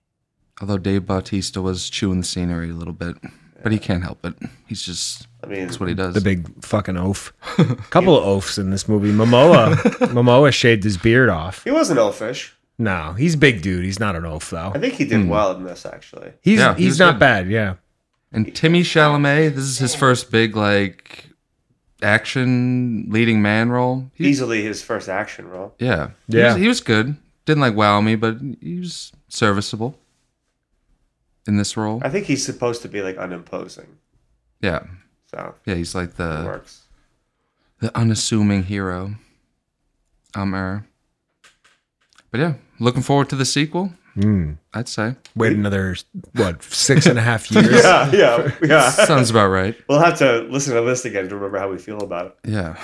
Although Dave Bautista was chewing the scenery a little bit, but he can't help it. He's just
I mean
that's what he does.
the big fucking oaf. Couple of oafs in this movie. Momoa, Momoa shaved his beard off.
he was an elfish.
No, he's a big dude. He's not an oaf though.
I think he
Hmm.
did well in this actually.
He's
Yeah, he
he's
was
not
good.
bad. Yeah,
and Timmy Chalamet, this is his first big like action leading man role. He-
Easily his first action role.
yeah, He
Yeah.
was- he was good. Didn't like wow me, but he was serviceable in this role.
I think he's supposed to be like unimposing.
Yeah,
So
yeah, he's like
it
the
works.
the unassuming hero. Um, er. but yeah, looking forward to the sequel.
Hmm.
I'd say.
Wait another what six and a half years?
Yeah, yeah, yeah.
Sounds about right.
We'll have to listen to this again to remember how we feel about it.
Yeah.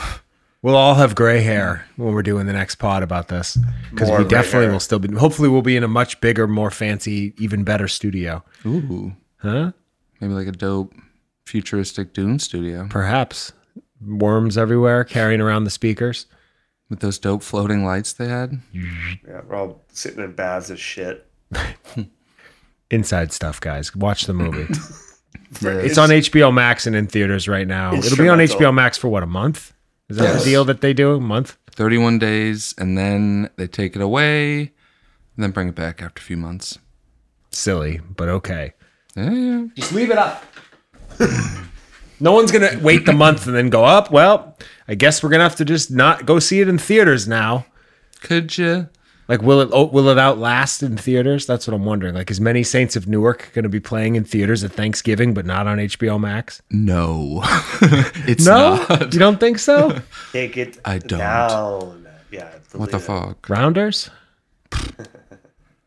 We'll all have gray hair when we're doing the next pod about this because
More
we
gray
definitely
hair.
will still be. Hopefully, we'll be in a much bigger, more fancy, even better studio.
Ooh.
Huh?
Maybe like a dope futuristic Dune studio
Perhaps worms everywhere carrying around the speakers.
with those dope floating lights they had.
Yeah, we're all sitting in baths of shit.
Inside stuff, guys. Watch the movie. it's on HBO Max and in theaters right now. It'll be on
Instrumental.
HBO Max for what a month? Is that
Yes.
the deal that they do? A month?
31 days and then they take it away and then bring it back after a few months.
Silly, but okay.
Yeah, yeah.
Just leave it up. no one's gonna wait the month and then go up. Well, I guess we're gonna have to just not go see it in theaters now.
Could you?
Like, will it oh, will it outlast in theaters? That's what I'm wondering. Like, is many Saints of Newark gonna be playing in theaters at Thanksgiving, but not on HBO Max?
No. it's
No,
not.
you don't think so?
Take it
I don't.
down. Yeah.
What
delete
the
it.
fuck?
Rounders.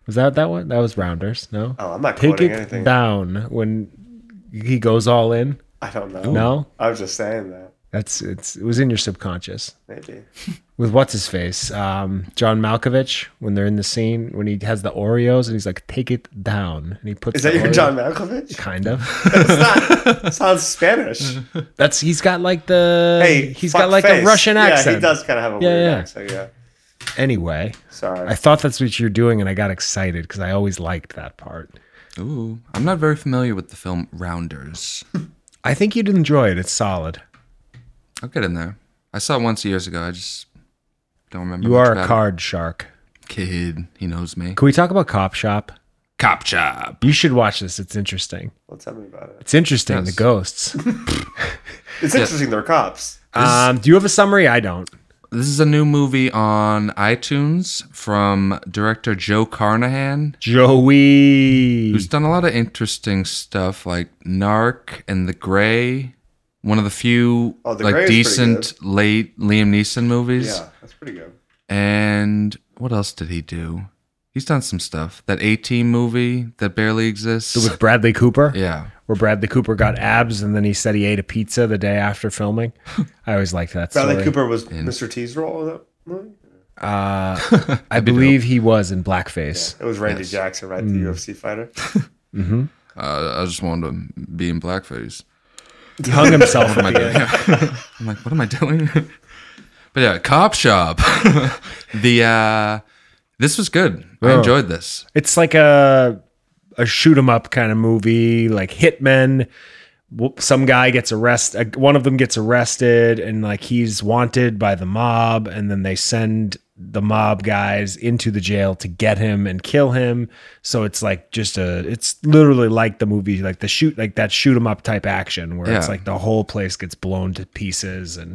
Was that that one? That was Rounders. No.
Oh, I'm not
Take
quoting
it
anything.
down when he goes all in.
I don't know.
No,
I was just saying that.
that's it's it was in your subconscious.
Maybe.
with what's his face, um, John Malkovich, when they're in the scene when he has the Oreos and he's like, "Take it down," and he puts.
Is that
the
your
Oreo-
John Malkovich?
Kind of.
Sounds Spanish.
That's he's got like the.
Hey,
he's
fuck
got like
face.
a Russian accent.
Yeah, he does kind of have a
Yeah,
weird
yeah.
accent. Yeah.
Anyway,
Sorry.
I thought that's what you're doing, and I got excited because I always liked that part.
Ooh. I'm not very familiar with the film Rounders.
I think you'd enjoy it. It's solid.
I'll get in there. I saw it once years ago. I just don't remember.
You
much
are a
about
card shark.
it. kid. He knows me.
Can we talk about Cop Shop?
Cop job.
You should watch this. It's interesting.
well, tell me about it.
It's interesting.
Yes.
The ghosts.
It's interesting. They're cops.
um, do you have a summary? I don't.
This is a new movie on iTunes from director Joe Carnahan,
Joey.
who's done a lot of interesting stuff like Narc and The Gray. One of the few
Oh, The Grey
like
is pretty
decent late Liam Neeson movies.
Yeah, that's pretty good.
And what else did he do? He's done some stuff. That A Team movie that barely exists.
with Bradley Cooper.
yeah.
where Bradley Cooper got abs and then he said he ate a pizza the day after filming. I always liked that story. Uh,
Bradley Cooper was Mr. T's role in that movie.
I believe he was in blackface.
It was Randy Jackson, right?
Mm.
The UFC fighter.
I, I just wanted to be in blackface.
He hung himself.
What am I doing? I'm like, what am I doing? but yeah, cop shop. the uh this was good. I
Oh.
enjoyed this.
it's like a a shoot 'em up kind of movie, like hitmen. W- Some guy gets arrested. One of them gets arrested, and like he's wanted by the mob, and then they send the mob guys into the jail to get him and kill him. So it's like just a. It's literally like the movie, like the shoot, like that shoot 'em up type action, where it's
Yeah.
like the whole place gets blown to pieces, and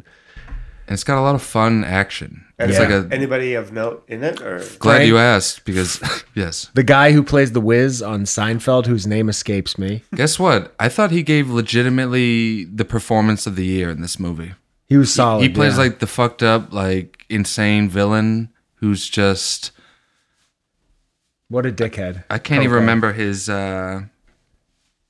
And it's got a lot of fun action. It's
Yeah.
like a
Anybody of note in it? Or
glad
Frank-
you asked because yes.
the guy who plays the Wiz on Seinfeld, whose name escapes me,
Guess what? I thought he gave legitimately the performance of the year in this movie.
he was solid.
he plays
Oh, yeah.
like the fucked up, like insane villain who's just
what a dickhead.
I can't even
Okay.
remember his uh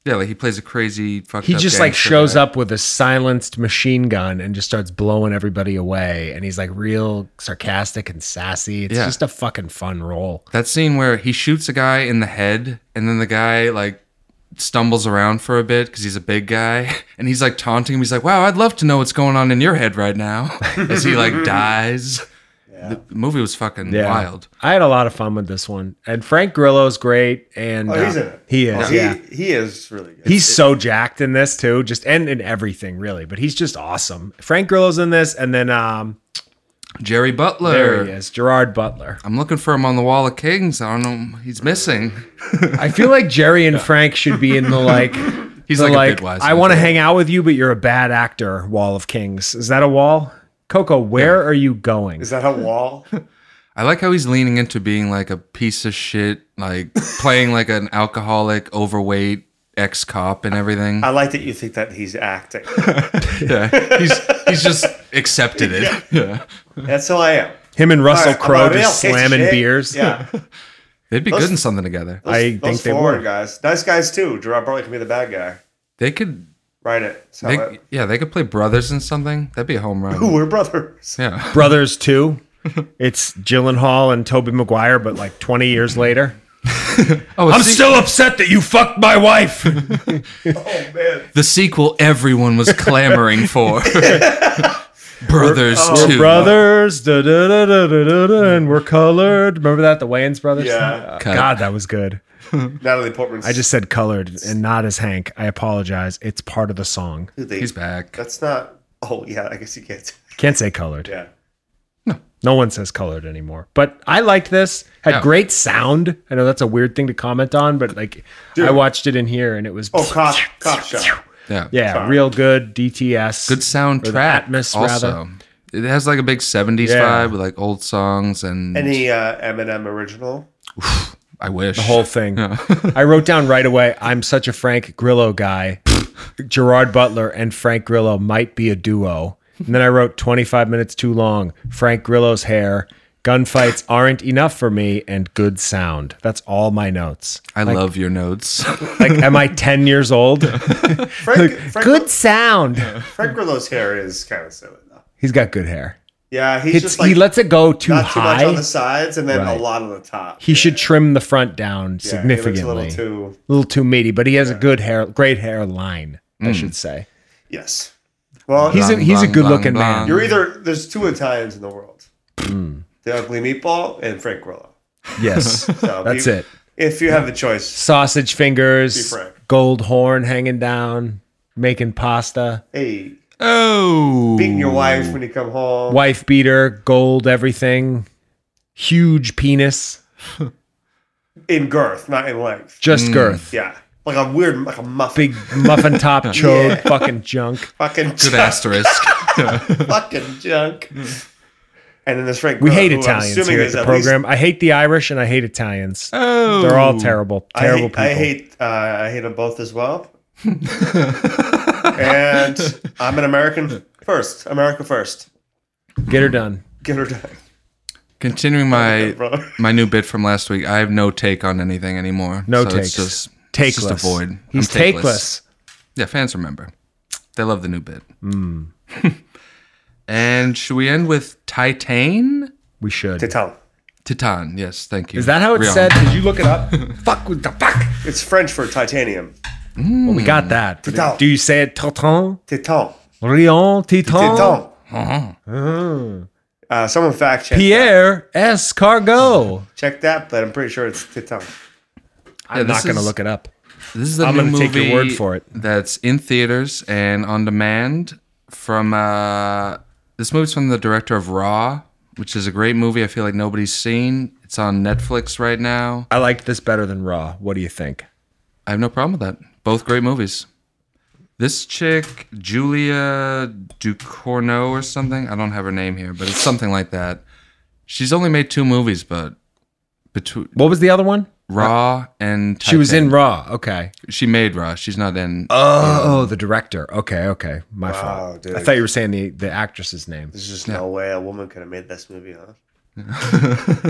yeah, like he plays a crazy fucked
he
up
just like
gangster
shows
guy.
up with a silenced machine gun and just starts blowing everybody away and he's like real sarcastic and sassy it's
Yeah.
just a fucking fun role
That scene where he shoots a guy in the head and then the guy like stumbles around for a bit because he's a big guy and he's like taunting him. He's like, wow, I'd love to know what's going on in your head right now as he like dies. The movie was fucking wild.
i had a lot of fun with this one and frank grillo's great and
oh,
uh,
he's in it.
he
Oh,
is
he,
yeah
he is really good.
He's so jacked in this too, just and in everything really, but he's just awesome. Frank Grillo's in this, and then um,
Jerry Butler.
there he is, Gerard Butler.
I'm looking for him on the Wall of Kings. I don't know. He's missing.
I feel like Jerry and Frank should be in the like.
He's
the,
like,
like,
a bitwise.
I want to hang out with you, but you're a bad actor. Wall of Kings. Is that a wall? Coco, where are you going?
Is that a wall?
I like how he's leaning into being like a piece of shit, like playing like an alcoholic, overweight ex cop and everything.
I like that you think that he's acting.
Yeah. He's he's just accepted it. yeah.
That's who I am.
Him and Russell
All right, I'm
Crowe
a real
just
piece of
slamming
shit.
beers.
Yeah.
They'd be
Those-
good in something together.
Those,
I
those
think they
forward
would.
guys, nice guys too. Gerard Burley can be the bad guy.
They could,
Write it. That's how
they,
it-
yeah, they could play brothers in something. That'd be a home
Ooh,
run.
we're brothers.
Yeah,
Brothers Two. It's Gyllenhaal and Toby Maguire, but like 20 years later.
Oh, a
I'm
se-
still upset that you fucked my wife.
Oh man.
the sequel everyone was clamoring for. Brothers
We're
two.
brothers, da, da, da, da, da, da, da, and we're colored. Remember that the Wayans brothers?
Yeah.
Cut.
God, that was good.
Natalie Portman.
I just said colored and not as Hank. I apologize. It's part of the song.
He's back.
That's not. Oh yeah, I guess you can't.
Can't say colored.
Yeah.
No one says colored anymore. But I liked this. Had
Yeah.
great sound. I know that's a weird thing to comment on, but like I watched it in here and it was
Oh, cop, cop shot.
Yeah.
yeah, real good DTS.
Good soundtrack.
Atmos,
also.
rather.
It has like a big 70s
Yeah.
vibe with like old songs and
Any uh, Eminem original?
I wish.
The whole thing. I wrote down right away. I'm such a Frank Grillo guy. Gerard Butler and Frank Grillo might be a duo. And then I wrote 25 minutes too long. Frank Grillo's hair. Gunfights aren't enough for me, and good sound. That's all my notes.
I love your notes.
Like, am I 10 years old?
Frank, Frank,
good sound.
Frank Grillo's hair is kind of silly though.
He's got good hair.
Yeah, he's
It's,
just like
he lets it go too
not too much
high.
on the sides and then
Right.
a lot on the top.
he should trim the front down
Yeah, he looks
significantly.
a little too.
little too meaty, but he has a good hair, great hair line, I should say.
Yes. Well,
He's a,
Bang,
he's a
bang,
good looking
bang,
man.
bang.
you're either there's two Italians in the world:
Hmm.
the ugly meatball and Frank Grillo.
Yes,
So
that's
you-
it.
If you have the choice,
Sausage
Be
fingers,
frank.
gold horn hanging down, making pasta,
hey,
oh.
beating your wife when you come home.
wife beater, gold everything, huge penis,
in girth, not in length.
just girth,
Yeah, like a weird, like a muffin,
big muffin top, chode, fucking junk.
fucking
Good
junk,
asterisk.
fucking junk. And then there's Frank.
Hmm. We
Grillo,
hate
Uh, who I'm
Italians
assuming
here at
is
the
at least-
program. I hate the Irish and I hate Italians.
Oh.
They're all terrible,
I
terrible
hate, I
people.
hate, uh, I hate them both as well. and I'm an American first. America first.
Get her done.
Get her done,
Continuing my
brother.
my new bit from last week, I have no take on anything anymore.
No
so
takes.
It's just,
Takeless.
it's just a void.
He's
I'm
takeless.
Yeah, fans remember. They love the new bit.
Hmm.
and should we end with Titan?
We should.
Titan.
Titan, yes, thank you.
Is that how it's
Rion.
said? Did you look it up? fuck with the fuck.
It's French for titanium.
Well, we
Hmm.
got that.
Titan.
Do you say it Titan?
Titan.
Rion Titan?
Titan. Uh, someone fact check.
Uh-huh. Pierre S. Cargo.
Check that, but I'm pretty sure it's Titan.
Yeah,
I'm
this
not going to
is-
look it up.
This is the
I'm
new
gonna
movie
take your word for it.
That's in theaters and on demand from uh, this movie's from the director of Raw, which is a great movie. I feel like nobody's seen. It's on Netflix right now.
I liked this better than Raw. What do you think?
I have no problem with that. Both great movies. This chick, Julia Ducournau or something. I don't have her name here, but it's something like that. She's only made two movies, but between
What was the other one?
Raw and
She was in
Titanic.
Raw. Okay.
She made Raw. She's not in.
Oh, the director. Okay, okay. My fault.
dude.
I thought you were saying the, the actress's name.
There's just no way a woman could have made this movie, huh?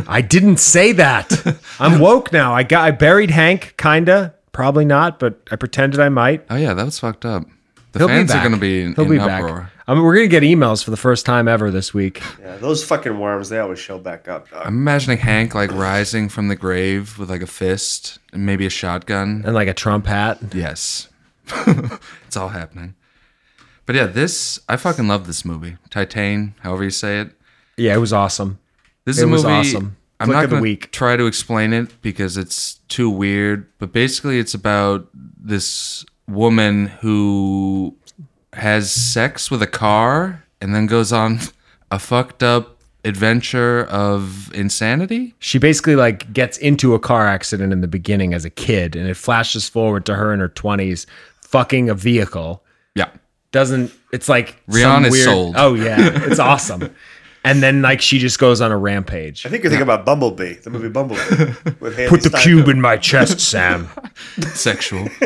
I didn't say that. I'm woke now. I got I buried Hank, kinda. Probably not, but I pretended I might.
Oh yeah, that was fucked up. The
He'll
fans
be back.
are gonna be in,
He'll
in
be
uproar.
back. I mean, we're gonna get emails for the first time ever this week.
Yeah, those fucking worms, they always show back up, dog.
I'm imagining Hank like rising from the grave with like a fist and maybe a shotgun.
and like a Trump hat.
Yes, it's all happening. But yeah, this I fucking love this movie, Titan, however you say it.
Yeah, it was awesome.
This
It
is a
was
movie.
awesome.
I'm
Flick
not
of the
gonna
week.
try to explain it because it's too weird. But basically, it's about this woman who has sex with a car and then goes on a fucked up adventure of insanity.
She basically like gets into a car accident in the beginning as a kid, and it flashes forward to her in her twenties, fucking a vehicle.
Yeah.
Doesn't it's like some
Rihanna is
weird-
sold.
Oh yeah, it's awesome. And then like she just goes on a rampage.
I think you're thinking about Bumblebee, the movie Bumblebee. with Haley
Put the cube in my chest, Sam.
Sexual.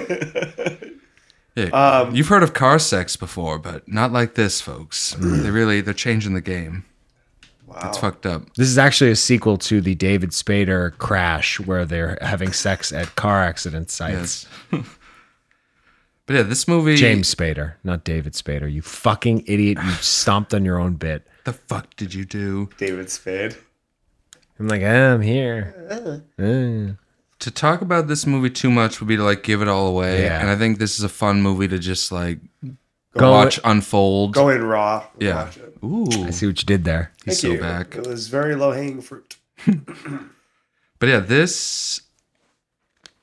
Yeah.
Um,
You've heard of car sex before, but not like this, folks. they really they're changing the game. That's fucked up.
This is actually a sequel to the David Spader crash where they're having sex at car accident sites.
Yes. but yeah, this movie.
James Spader, not David Spader. You fucking idiot. You stomped on your own bit.
the fuck did you do?
David Spade.
I'm like, ah, I'm here.
To talk about this movie too much would be to like give it all away.
Yeah.
And I think this is a fun movie to just like
Go
watch unfold.
Go in raw.
yeah.
Watch it.
Ooh.
I see what you did there.
He's so
Thank you.
back.
It was very low hanging fruit.
But yeah, this.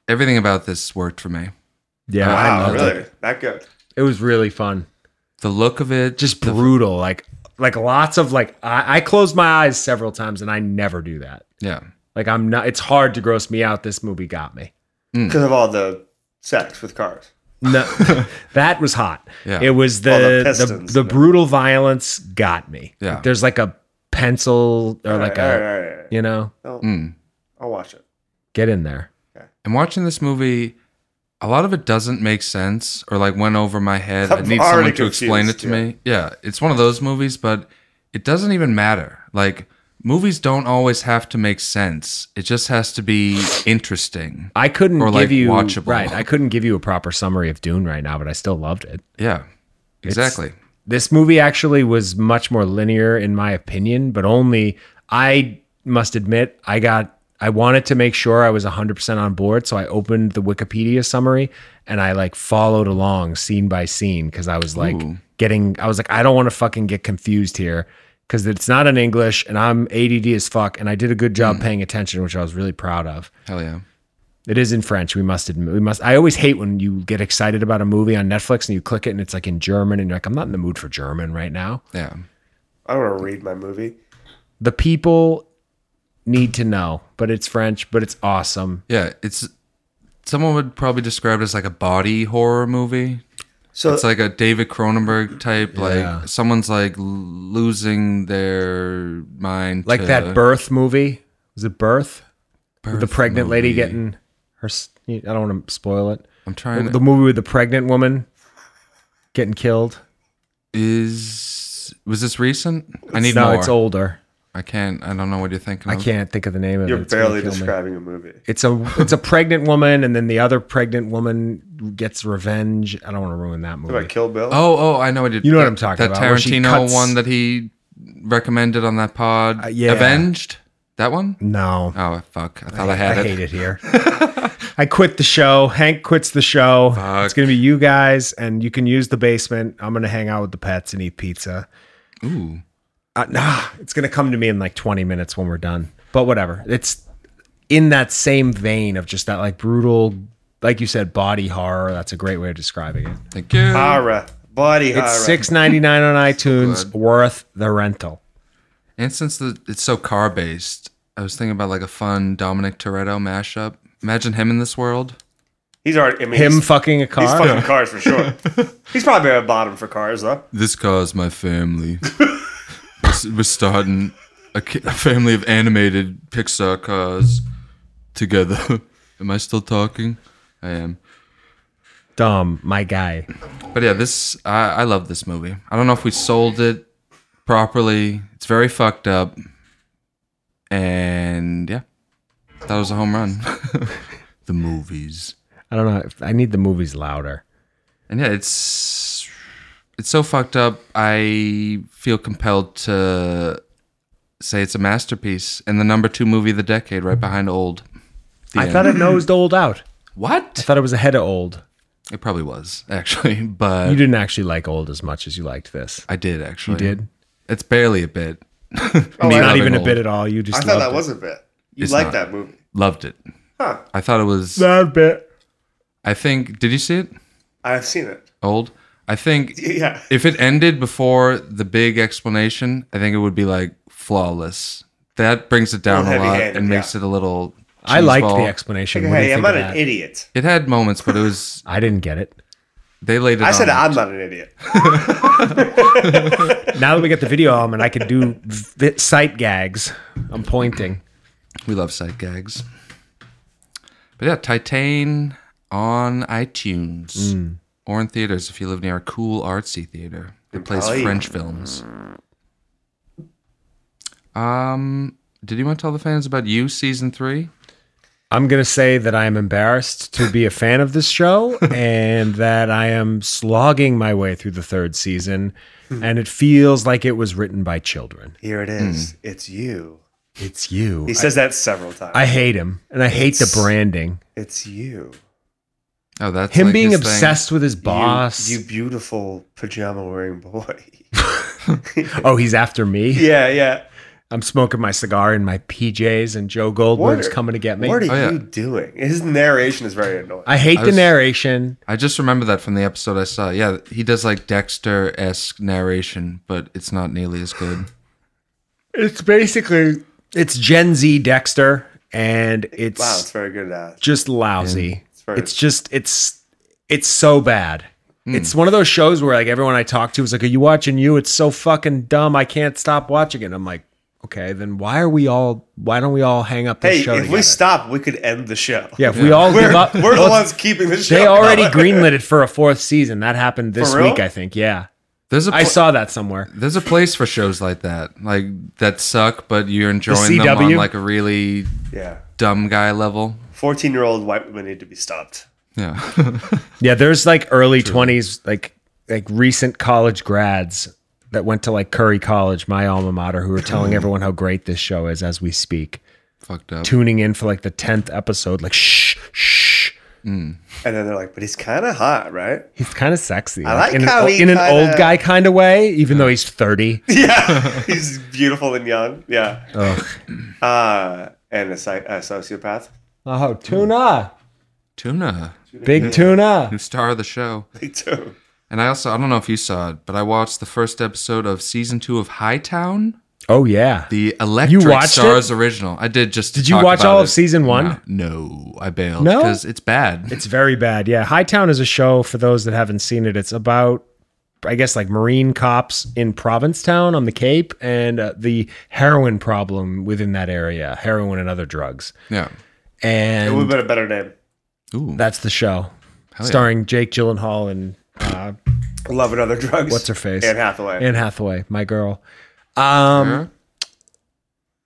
Everything about this worked for me.
Yeah. I
Wow,
loved it.
really? That good.
It was really fun.
The look of it.
Just
the,
brutal. Like, like lots of like, I, I closed my eyes several times and I never do that.
Yeah.
Like, I'm not, it's hard to gross me out. This movie got me.
Because of all the sex with cars.
No, that was hot.
Yeah.
It was
All the
the the,
pistons.
the brutal violence got me.
Yeah.
There's like a pencil or like
all
a
right, all right, all right.
you know
I'll,
Mm.
I'll watch it.
get in there.
And watching this movie, a lot of it doesn't make sense or like went over my head. i
I'm
need someone
already
to explain it
confused,
to me. Yeah, it's one of those movies, but it doesn't even matter. Like movies don't always have to make sense. It just has to be interesting.
I couldn't
Or,
give
like,
you
watchable.
right. I couldn't give you a proper summary of Dune right now, but I still loved it.
Yeah, exactly.
This movie actually was much more linear in my opinion, but only I must admit I got I wanted to make sure I was 100% on board, so I opened the Wikipedia summary and I like followed along scene by scene cuz I was like
Ooh.
getting I was like I don't want to fucking get confused here cuz it's not in English and I'm ADD as fuck and I did a good job
Mm.
paying attention, which I was really proud of.
Hell yeah.
It is in French. We must admit. We must. I always hate when you get excited about a movie on Netflix and you click it and it's like in German and you're like, I'm not in the mood for German right now.
Yeah.
I don't want to read my movie.
The people need to know, but it's French, but it's awesome.
Yeah, it's someone would probably describe it as like a body horror movie.
So
It's like a David Cronenberg type,
Uh, Yeah.
like someone's like l- losing their mind.
Like
to
that birth movie. Was it Birth? With the
birth
pregnant lady
movie.
getting her. s- I don't want to spoil it.
I'm trying.
The
to,
movie with the pregnant woman getting killed.
is was this recent? I need
no,
more.
it's older.
I can't. I don't know what you're thinking.
I
of.
can't think of the name of
you're
it. It's gonna
barely
kill me.
describing a movie.
it's a it's a pregnant woman and then the other pregnant woman gets revenge. I don't want to ruin that
What about
movie.
Kill Bill?
Oh, oh, I know. I did.
You know what
that-
I'm talking
that
about, where she
Tarantino
cuts- Uh,
one that he recommended on that pod.
yeah.
Avenged. That one.
No.
Oh fuck! I thought I,
I
had it.
hate it here. I quit the show. Hank quits the show. It's
Fuck.
going to be you guys and you can use the basement. I'm going to hang out with the pets and eat pizza.
Ooh.
Uh, nah, it's going to come to me in like 20 minutes when we're done. But whatever. It's in that same vein of just that like brutal like you said body horror. That's a great way of describing it.
Thank you.
Horror. Body horror.
It's 6.99 on iTunes,
Good.
worth the rental.
And since the, it's so car based, I was thinking about like a fun Dominic Toretto mashup. Imagine him in this world.
He's already. I mean,
Him
He's,
fucking a car.
he's fucking cars for sure. he's probably at the bottom for cars though.
This car's my family. we're, we're starting a, ki- a family of animated Pixar cars together. am I still talking? I am.
Dumb, my guy.
But yeah, this I, I love this movie. I don't know if we sold it properly. It's very fucked up, and yeah, that was a home run. the movies,
I don't know. if- I need the movies louder.
and yeah, it's it's so fucked up. I feel compelled to say it's a masterpiece and the number two movie of the decade, right behind Old. The
I
end.
thought it nosed old out. I
what?
thought it was ahead of old.
It probably was actually, but
Uh,
You didn't actually like old as much as you liked this.
I did actually.
did?
It's barely a bit.
Oh,
Me
I-
Not even a
Old.
bit at all. You just
I thought
loved
that
it.
was a bit. You
It's
like
not.
that movie?
Loved it.
Huh.
I thought it was.
that bit.
I think. Did you see it?
I've seen it.
Old. I think
Yeah.
if it ended before the big explanation, I think it would be like flawless. That brings it down a,
Little
lot
heavy-handed,
and makes
yeah.
it a little.
I liked
cheeseball.
the explanation. What do you
Hey, I'm
think of
not an
that?
idiot.
It had moments, but it was
I didn't get it.
they laid it.
I said
on.
I'm not an idiot.
Now that we got the video element, I can do v- sight gags. I'm pointing.
we love sight gags. But yeah, Titan on iTunes
Mm.
or in theaters if you live near a cool artsy theater that plays
Aye.
French films. Um, did you want to tell the fans about you season three?
I'm going to say that I am embarrassed to be a fan of this show and that I am slogging my way through the third season. And it feels like it was written by children.
Here it
Hmm.
is. It's you.
It's you.
He says that several times.
I hate him and I hate the branding.
it's you.
Oh, that's
Him
like
being
his thing.
obsessed with his boss.
You, you beautiful pajama wearing boy.
oh, he's after me.
yeah, yeah.
I'm smoking my cigar in my PJs and Joe Goldberg's
are-
coming to get me.
What are
Oh, yeah.
you doing? His narration is very annoying.
I hate
I
the
was-
narration.
I just remember that from the episode I saw. Yeah, he does like Dexter esque narration, but it's not nearly as good.
It's basically it's Gen Z Dexter and it's,
wow, it's very good uh, at that.
just lousy. It's,
very-
just it's it's so bad. It's one of those shows where like everyone I talk to is like, "Are you watching you? It's so fucking dumb. I can't stop watching it." I'm like, "Okay, then why are we all? Why don't we all hang up this
Hey, if
show
we
together?"
stop, we could end the show.
yeah, if we all
We're,
give up,
we're the
Well,
ones keeping the show.
They already
going.
greenlit it for a fourth season. That happened this
For real?
week, I think. Yeah,
There's a
I
pl-
saw that somewhere.
there's a place for shows like that, like that suck, but you're enjoying them on
CW?
like a really
Yeah.
dumb guy level.
14 year old white women need to be stopped.
Yeah,
Yeah, there's like early twenties, like like recent college grads that went to like Curry College, my alma mater, who are telling everyone how great this show is as we speak,
fucked up.
tuning in for like the tenth episode, like shh shh.
And then they're like, but he's kind of hot, right?
He's kind of sexy,
I like
in,
how
an,
he
in an
kinda-
old guy kind of way, even though he's thirty.
Yeah. he's beautiful and young. Yeah. Uh, and a, psych- a sociopath.
Oh, tuna,
Tuna,
big tuna.
new star of the show.
Me too.
And I also I don't know if you saw it, but I watched the first episode of season two of Hightown,
Oh yeah,
the Electric
watched
Stars
it?
original. I did just.
Did you
talk
watch
about
all of
it.
season one?
No, no, I bailed
No?
because it's bad.
it's very bad. Yeah, Hightown is a show for those that haven't seen it. It's about I guess like marine cops in Provincetown on the Cape and uh, the heroin problem within that area, heroin and other drugs.
yeah.
It would have
And
been a better name.
Ooh.
that's the show
Hell yeah.
starring Jake Gyllenhaal and uh,
Love and other drugs.
what's her face?
Anne Hathaway.
Anne Hathaway, my girl. Um
Uh-huh.
Huh?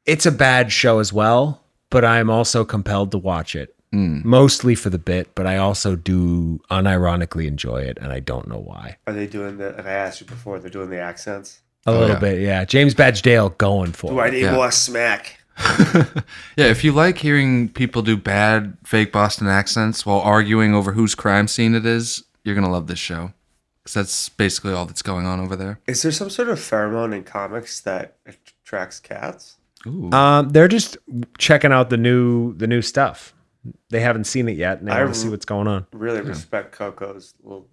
it's a bad show as well, but I'm also compelled to watch it.
Mm.
Mostly for the bit, but I also do unironically enjoy it, and I don't know why.
Are they doing the? Like I asked you before, they're doing the accents.
A little
yeah.
bit, yeah. James Badge Dale going for
Oh, Do I
it.
need
Yeah.
more smack?
Yeah, if you like hearing people do bad fake Boston accents while arguing over whose crime scene it is, you're gonna love this show. Because that's basically all that's going on over there.
Is there some sort of pheromone in comics that attracts cats?
Ooh.
Um, they're just checking out the new the new stuff. They haven't seen it yet, and they
I
want to see what's going on.
Really respect Coco's little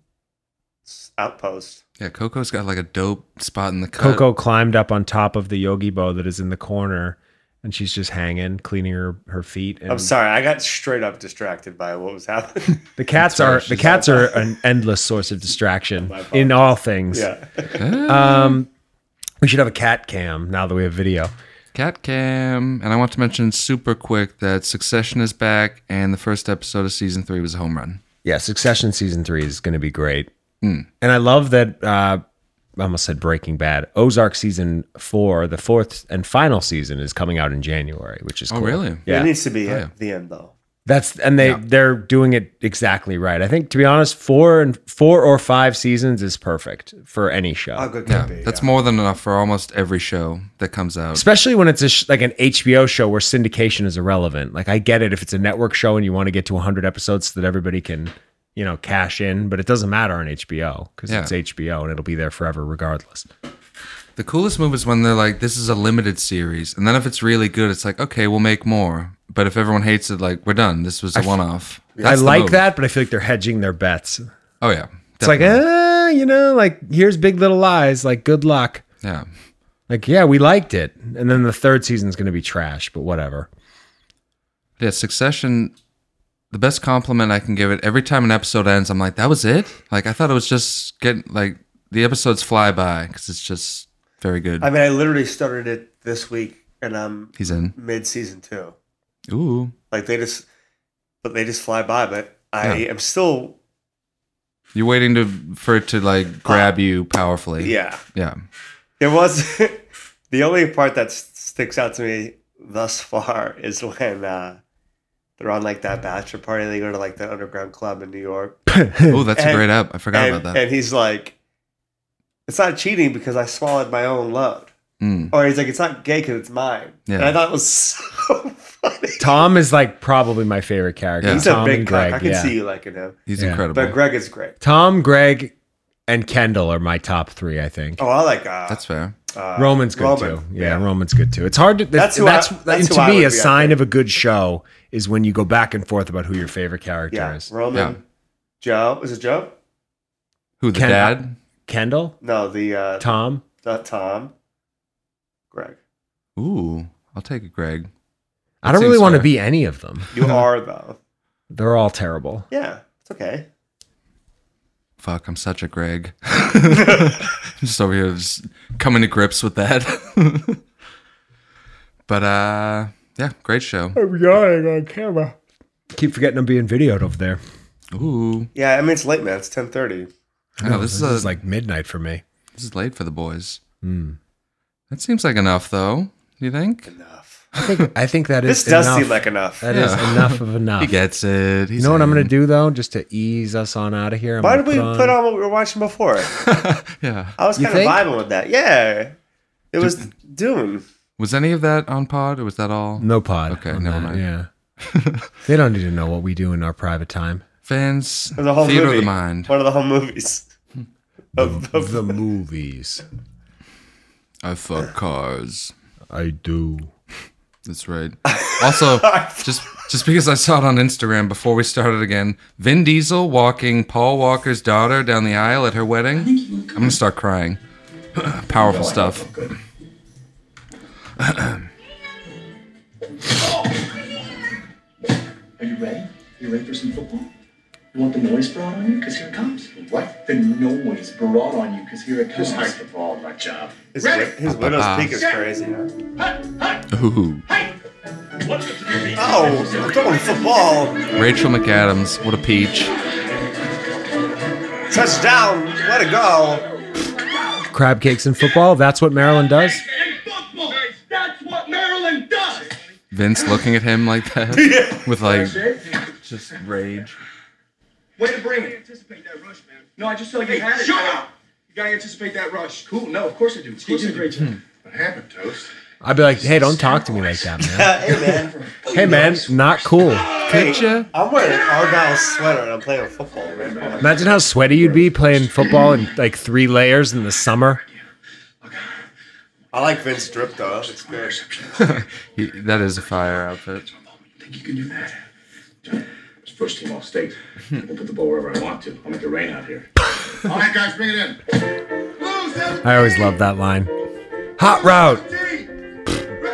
s- outpost.
yeah, Coco's got like a dope spot in the cut.
Coco climbed up on top of the yogi bow that is in the corner, and she's just hanging, cleaning her her feet. And
I'm
Mm.
sorry, I got straight up distracted by what was happening.
The cats
That's right,
are the
she's
cats are an endless source of distraction
My fault.
in all things.
yeah,
Um, we should have a cat cam now that we have video.
Cat Cam. And I want to mention super quick that Succession is back and the first episode of season three was a home run.
yeah, Succession season three is going to be great.
Hmm.
And I love that. Uh, I almost said Breaking Bad. Ozark season four, the fourth and final season, is coming out in January, which is
Oh
cool.
really?
it
Yeah,
needs to be at
yeah.
the end though.
that's and they they're doing it exactly right. I think to be honest, four and four or five seasons is perfect for any show.
How good
Yeah.
can it be?
That's more than enough for almost every show that comes out.
Especially when it's a sh- like an HBO show where syndication is irrelevant. Like I get it if it's a network show and you want to get to 100 episodes so that everybody can, you know, cash in, but it doesn't matter on HBO because
Yeah.
it's HBO and it'll be there forever regardless.
The coolest move is when they're like, this is a limited series. And then if it's really good, it's like, okay, we'll make more. But if everyone hates it, like, we're done. This was a one off.
I like that, but I feel like they're hedging their bets. It's
Oh, yeah.
like,
Definitely.
ah, you know, like here's Big Little Lies. Like, good luck.
Yeah.
Like, yeah, we liked it, and then the third season's gonna be trash, but whatever.
Yeah, Succession, the best compliment I can give it, every time an episode ends, I'm like, that was it? Like, I thought it was just getting, like, the episodes fly by because it's just very good.
I mean, I literally started it this week, and I'm
He's in.
mid season two.
Ooh.
Like they just, but they just fly by. But I
Yeah.
am still,
You're waiting to for it to, like, grab you powerfully.
yeah.
Yeah.
There was The only part that s- sticks out to me thus far is when uh, they're on like that bachelor party. They go to like the underground club in New York,
Oh, that's a
And-
great app. I forgot
and,
about that.
and he's like, "It's not cheating because I swallowed my own load."
Mm.
Or he's like, "It's not gay because it's mine." And I
Yeah.
thought it was so funny.
Tom is like probably my favorite character.
Yeah.
He's
Tom
a big
and
cock.
Greg.
I can
yeah.
see you liking him,
He's
Yeah.
incredible.
but Greg is great.
Tom, Greg, and Kendall are my top three. I think.
Oh, I like uh,
that's fair.
uh,
Roman's good
Roman.
too. Yeah, Roman's good too. It's hard to. That's
That's who
that's,
I- that's
and
who
to
I
me
would
a
be, I
sign
think.
of a good show is when you go back and forth about who your favorite character
Yeah,
is.
Roman.
Yeah.
Joe is it Joe?
Who the
Ken-
dad?
Kendall,
No, the uh,
Tom.
not Tom. Greg,
Ooh, I'll take a Greg.
I don't
That
really
seems
want to
fair.
be any of them.
you are though.
They're all terrible.
Yeah, it's okay.
Fuck, I'm such a Greg. I'm just over here just coming to grips with that. but uh yeah, great show.
I'm yawning on camera. Keep forgetting I'm being videoed over there.
Ooh.
Yeah, I mean it's late, man. It's ten thirty.
Yeah,
No,
this, is, Hmm. a-
like midnight for me.
this is late for the boys. That seems like enough though. You think?
Enough.
I think I think that is
This does
enough.
seem like enough.
That is
Yeah.
enough of enough.
He gets it. He's
you know what I'm
in.
gonna do though, just to ease us on out of here. I'm
Why
gonna
did we put on what we were watching before?
yeah.
I was
You
kind of
think?
vibing with that. Yeah, it was Dune.
Was any of that on pod or was that all?
No pod.
Okay,
on
never
that,
mind.
Yeah. they don't need to know what we do in our private time.
Fans,
It was a whole
theater
movie.
of the mind.
One of the whole movies. Of- of-
The movies.
I fuck cars.
I do.
That's right. Also, just just because I saw it on Instagram before we started again, Vin Diesel walking Paul Walker's daughter down the aisle at her wedding. I'm gonna start crying. Powerful stuff.
Are you ready? You ready for some football? You want the noise brought on you? Because here it comes. What? The noise brought on you because here it comes. Just the ball, my job.
his, wi- his widow's
Uh-huh.
peak is crazy.
Ooh.
Oh, I'm throwing football.
Rachel McAdams, what a peach.
Touchdown. What a goal.
Crab cakes and football, that's what Maryland does?
That's what Maryland does!
Vince looking at him like that with like just rage.
Way to bring it. Anticipate that rush, man. No, I just saw you had it. Shut up! You gotta anticipate that rush. Cool. No, of course I do. Of course I do. Great job. What happened, Toast?
I'd be like, hey, don't talk to me like that, man.
Uh, hey, man.
Hey man, not cool.
Picture.
I'm wearing an Argyle sweater and I'm playing football right now.
Imagine how sweaty you'd be playing football in like three layers in the summer.
I like Vince Drip, though. That looks good.
He, that is a fire outfit.
Think you can do that? It's first team all state. I'll put the ball wherever I want to. I'll make it rain out here. all right, guys, bring it in.
I always love that line. Hot route.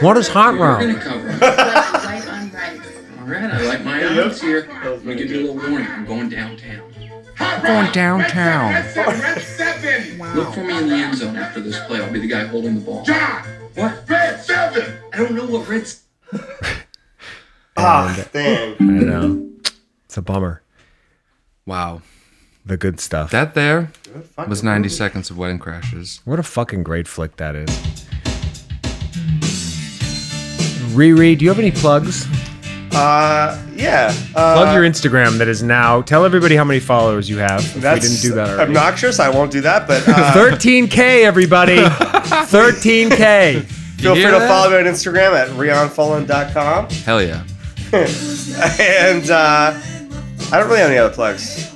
What is hot route?
right on right. All right, I like my odds here. Let me give you a little warning. I'm going downtown.
Going downtown.
Look for me in the end zone after this play. I'll be the guy holding the ball. What? Red seven. I don't know what red. s-
Ah, damn.
I know. It's a bummer.
Wow.
The good stuff.
That there was 90 seconds of Wedding Crashers.
What a fucking great flick that is. Riri, do you have any plugs?
Uh, yeah. Uh,
Plug your Instagram that is now. Tell everybody how many followers you have. If we didn't do that already.
obnoxious. I won't do that, but uh,
13K, everybody. 13K.
feel
You
free
hear
to
that?
follow me on Instagram at rionfullen.com.
Hell yeah.
And uh, I don't really have any other plugs.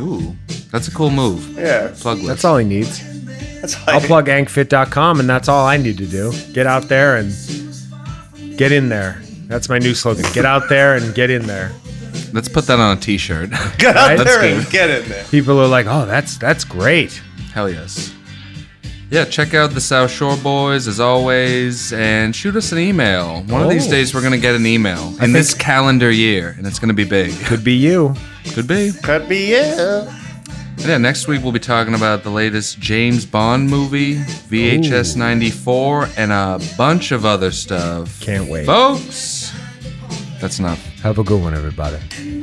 Ooh. That's a cool move.
Yeah,
Plug list.
That's all he needs.
that's all
I'll
I-
plug ankfit.com, and that's all I need to do. Get out there and get in there. That's my new slogan. Get out there and get in there.
Let's put that on a t-shirt.
Get out
That's
there
good.
and get in there.
People are like, oh, that's that's great.
Hell yes. Yeah, check out the South Shore Boys as always, and shoot us an email. One of these
Oh.
days, we're gonna get an email in this calendar year, and it's gonna be big.
Could be you.
Could be.
Could be you.
And yeah, next week we'll be talking about the latest James Bond movie, VHS '94, and a bunch of other stuff.
Can't wait.
folks. That's enough.
Have a good one, everybody.